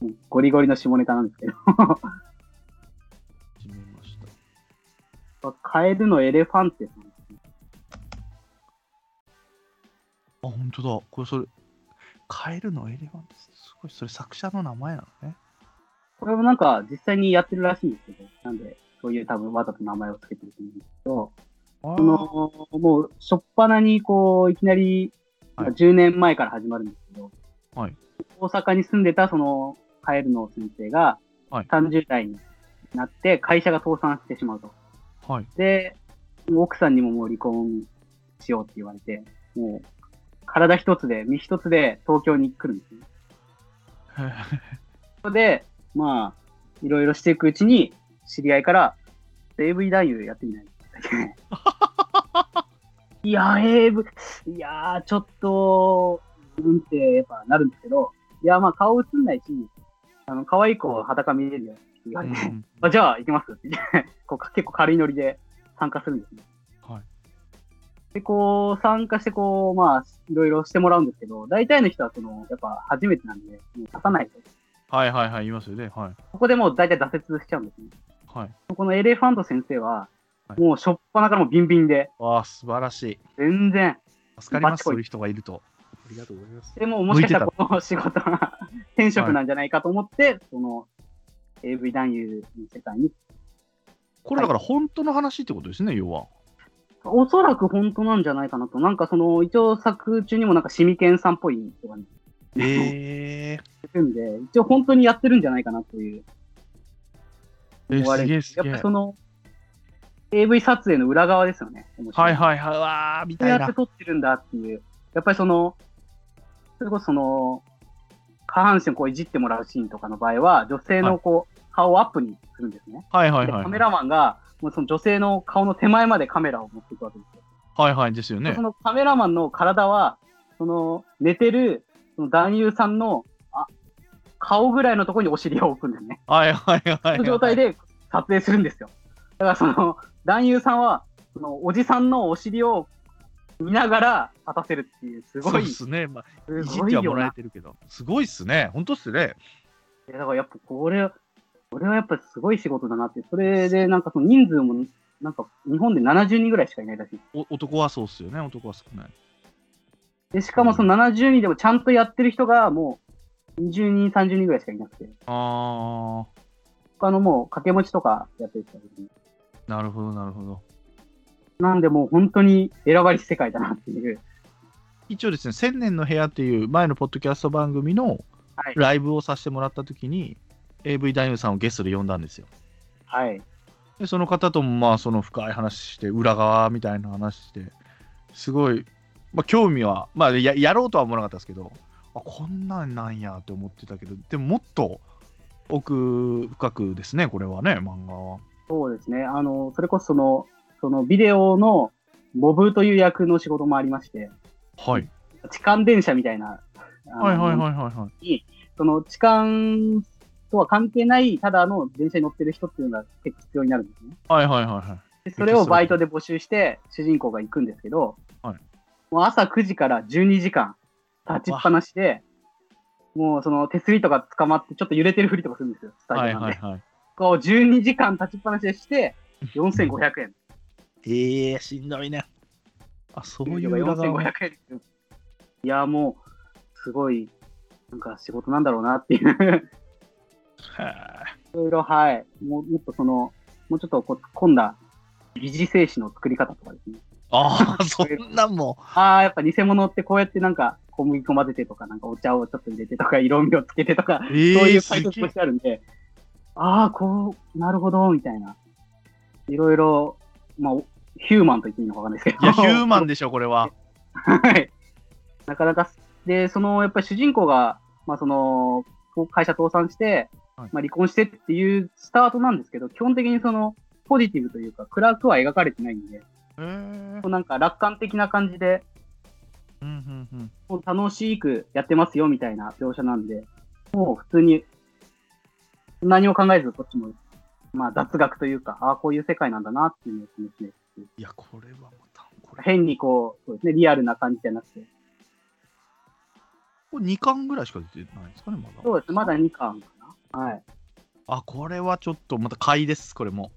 うゴリゴリの下ネタなんですけど、
始めました。
カエルのエレファンテさん。
あ、本当だ。これ、それ、カエルのエレファンです。すごい、それ作者の名前なのね。
これもなんか実際にやってるらしいんですけど、なんで、そういう多分わざと名前をつけてると思うんですけど、
あ
その、もう、しょっぱなに、こう、いきなり、
はい
10年前から始まるんですけど、
はい
大阪に住んでたそのカエルの先生が、
はい
30代になって会社が倒産してしまうと。
はい。
で、もう奥さんにももう離婚しようって言われて、もう体一つで、身一つで東京に来るんですね。そこで、まあ、いろいろしていくうちに、知り合いから、AV 男優やって みないいや、AV、いやー、ちょっと、うんってやっぱなるんですけど、いや、まあ顔映んないし、あの、可愛い子裸見れるよって言われて、
うん
あじゃあ行きますって言ってこうか結構軽いノリで参加するんですね。
はい
で、こう、参加して、こう、まあ、いろいろしてもらうんですけど、大体の人は、その、やっぱ初めてなんで、もう立たないと。
はいはいはい、言いますよね。はい。
ここでもう大体挫折しちゃうんですね。
はい。
このエレファント先生は、
はい
もうしょっぱなからもうビンビンで、
わあ、素晴らしい。
全然。
助かりま
バチ
す、
コ
そ
イ
ういう人がいると。ありがとうございます。
でも、もしかしたらこの仕事は転職なんじゃないかと思って、その、AV 男優の世界に。
これだから本当の話ってことですね、要は。
おそらく本当なんじゃないかなと。なんかその、一応作中にもなんかシミケンさんっぽい人がね
え
ってんで、一応本当にやってるんじゃないかなという
ー、え
思われ
す
る
げえす
や
げ
っ
え
ぱ。その AV 撮影の裏側ですよね。面白
はいはいはい、わあ、み
ど
た
うや
い
って
な。
撮ってるんだっていう。やっぱりその、それこそその、下半身をこういじってもらうシーンとかの場合は、女性のこう、顔をアップにするんですね。
はいはい
で
はい。
カメラマンが、もうその女性の顔の手前までカメラを持っていくわけですよ。
はいはい、ですよね
そ。のカメラマンの体は、その寝てるその男優さんのあ顔ぐらいのところにお尻を置くんですね。
はいはいはい。
その状態
で。
で撮影するんですよ。だからその男優さんは、そのおじさんのお尻を見ながら立たせるっていう、す
そ
ご
う
い、
ですすね。まあ、いじ
ご
っ
い
ては
よ
もらえ
な。
てるけど。すごいっすね。本当っすね。
いやだからやっぱこれ、これはやっぱすごい仕事だなって、それでなんかその人数も、なんか日本で70人ぐらいしかいないらしい。
お男はそうっすよね。男は少ない。
で、しかもその70人でもちゃんとやってる人がもう20人、30人ぐらいしかいなくて、
あ
他のもう掛け持ちとかやってる人がいる
ー、なるほどなるほど。
なんでもう本当に選ばれし世界だなっていう。
一応ですね、千年の部屋っていう前のポッドキャスト番組の
はい
ライブをさせてもらったときに、AV 男優さんをゲストで呼んだんですよ。
はい。
で、その方ともまあ、その深い話して、裏側みたいな話して、すごい、まあ、興味は、まあや、やろうとは思わなかったですけど、あこんなんなんやって思ってたけど、でももっと奥深くですね、これはね、漫画は。
そうですね。あの、それこそその、そのビデオのボブという役の仕事もありまして、
はい。
痴漢電車みたいな、あの
はいはいはいはいはい。
その痴漢とは関係ない、ただの電車に乗ってる人っていうのが結構必要になるんですね。
はいはいはいはい。
でそれをバイトで募集して、主人公が行くんですけど、
はい
もう朝9時から12時間立ちっぱなしで、もうその手すりとか捕まって、ちょっと揺れてるふりとかするんですよ、スタジオなん
は
で。
いはいはい。
こう12時間立ちっぱなしでして、4500円。
ええー、しんどいね。あ、そういう裏側
4500円ですよいや、もう、すごい、なんか仕事なんだろうなっていう。いろいろ、はい。もうもっとその、もうちょっとこう突っ込んだ、疑似精子の作り方とかですね。
ああ、そんなんも
ああ、やっぱ偽物ってこうやってなんか、小麦粉混ぜてとか、なんかお茶をちょっと入れてとか、色味をつけてとか、
う。ええ
そういう
す
解説
げ
と
え
してあるんで、ああ、こう、なるほど、みたいな。いろいろ、まあ、ヒューマンと言っていいのかわかんないです
い
けど。
や、ヒューマンでしょ、これは。
はい。なかなか、で、その、やっぱり主人公が、まあ、その、こう会社倒産して、
はい
まあ、離婚してっていうスタートなんですけど、基本的にその、ポジティブというか、暗くは描かれてないんで、
へえうん
こうなんか楽観的な感じで、
うんうん。
もう楽しくやってますよみたいな描写なんで、もう普通に、何も考えず、こっちも、まあ、雑学というか、ああ、こういう世界なんだなっていうのを楽しめる
いや、これはまた、これ、
変にこう、そうですね、リアルな感じじゃなくて、
これ2巻ぐらいしか出てないんですかね、まだ。
そうですね、まだ2巻かな。はい。
あ、これはちょっと、また買いです、これも。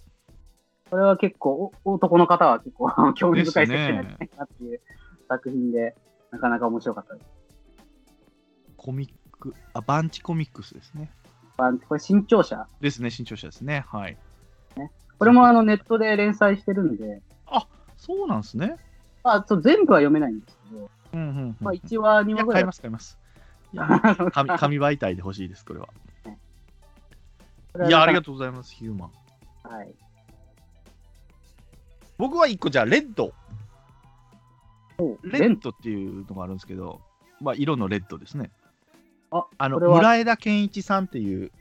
これは結構、お男の方は結構 興味深い
ですね
設定なんじゃないかなっていう作品で、なかなか面白かったです。
コミック、あ、バンチコミックスですね。
まあこれ、新潮社。
ですね、新潮社ですね。はい。
これもあのネットで連載してるんで、
そうなんですね。
まあ、そう全部は読めないんですけど、
うんうんうん
まあ、1話、2
い
話
や
ぐら
買
い
います、買います。いや紙紙媒体で欲しいです、これは。 いや、ありがとうございます、ヒューマン。
とう。はい。
僕は1個、じゃあ、レッド。レ
レン
ッドっていうのがあるんですけど、まあ、色のレッドですね。
あ
あの
これは
村枝健一さんっていう、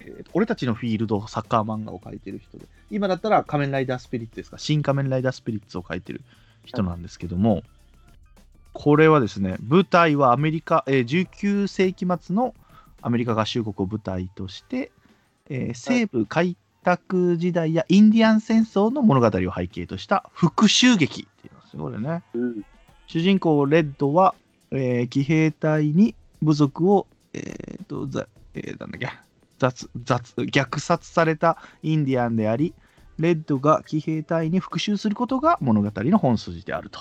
えー俺たちのフィールドサッカー漫画を描いてる人で、今だったら仮面ライダースピリッツですか、新仮面ライダースピリッツを描いてる人なんですけども、これはですね、舞台はアメリカ、えー19世紀末のアメリカ合衆国を舞台として、えー西部開拓時代やインディアン戦争の物語を背景とした復讐劇っていうんですよ、これね。
うん。
主人公レッドは、えー騎兵隊に部族を、えーとざえーなんだっけ雑雑虐殺されたインディアンでありレッドが騎兵隊に復讐することが物語の本筋であると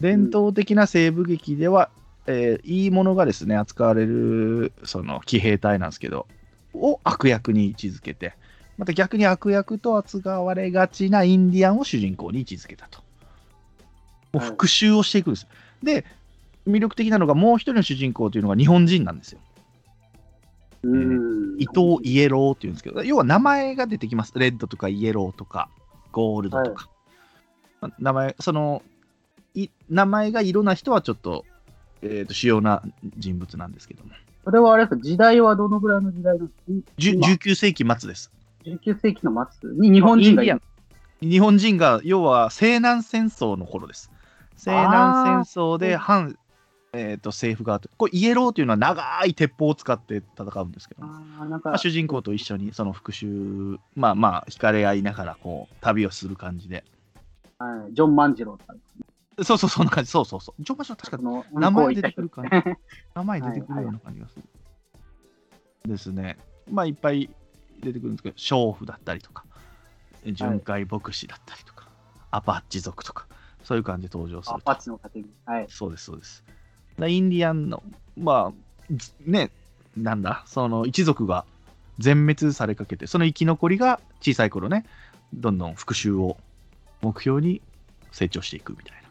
伝統的な西部劇では、えーいいものがですね扱われるその騎兵隊なんですけどを悪役に位置づけてまた逆に悪役と扱われがちなインディアンを主人公に位置づけたともう
はい
復讐をしていくんですよで魅力的なのがもう一人の主人公というのが日本人なんですよ
うん。
伊藤イエローっていうんですけど要は名前が出てきますレッドとかイエローとかゴールドとか、ま名前そのい名前が色な人はちょっと,、えーと主要な人物なんですけども
それはあれですか、時代はどのぐらいの時代なんですか
じゅ
今
19世紀末です
?19 世紀の末に日本人がい
インディア
る
ン。日本人が要は西南戦争の頃です西南戦争で反、えー、と政府側とこれイエローというのは長い鉄砲を使って戦うんですけども
ああ、なん
まあ
か、
主人公と一緒にその復讐まあまあ惹かれ合いながらこう旅をする感じで
はいジョン万次郎とか、
そうそうそんな感じそうそうそうジョン・バション確
そ
か
の
名前出
向こう行った
て
人
くる感じ名前出てくるような感じがする、ですねまあいっぱい出てくるんですけど娼婦だったりとか巡回牧師だったりとか、アパッチ族とかそういう感じで登場す
ア
る
パッチの家庭に。はい。
そうですそうですだインディアンのまあずねなんだその一族が全滅されかけてその生き残りが小さい頃ねどんどん復讐を目標に成長していくみたい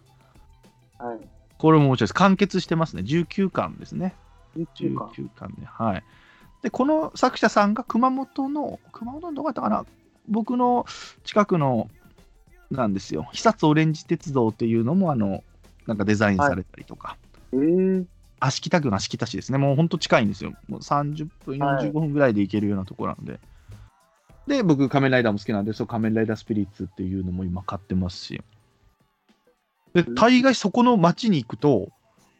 な
はい。
これも面白いです完結してますね19巻ですね
19か。
19巻ねはいでこの作者さんが熊本の熊本のどこだったかな僕の近くのなんですよ久津オレンジ鉄道っていうのもあのなんかデザインされたりとか、
えー、
足北区の足北市ですね。もうほんと近いんですよ。もう30分、
はい
45分ぐらいで行けるようなところなんで。で、僕、仮面ライダーも好きなんで、そう、仮面ライダースピリッツっていうのも今買ってますし。で、大概そこの町に行くと、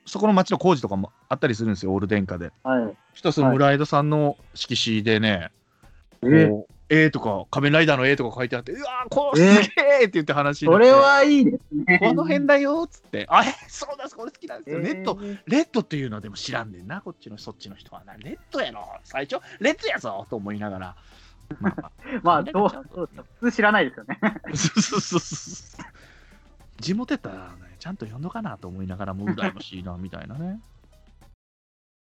そこの町の工事とかもあったりするんですよ、オール電化で。
はい。
そしたらその村枝さんの色紙でね、
えー、
こう絵とか、仮面ライダーの絵とか書いてあって、うわー、こうすげーって言って話にな
そ
って
れはいいですね。
この辺だよーっつって、あ、えそうだ、これ好きなんです
え
よ、
ー、
ネットレッドっていうのはでも知らんねんな、こっちのそっちの人はな。レッドやろ、最初、レッドやぞと思いながら。まあま
まあ、どう、そうですか普通知らないですよね。
あ、そうそうそうそう。地元やったらね、ちゃんと読んどかなと思いながらもう羨ましいなみたいなね。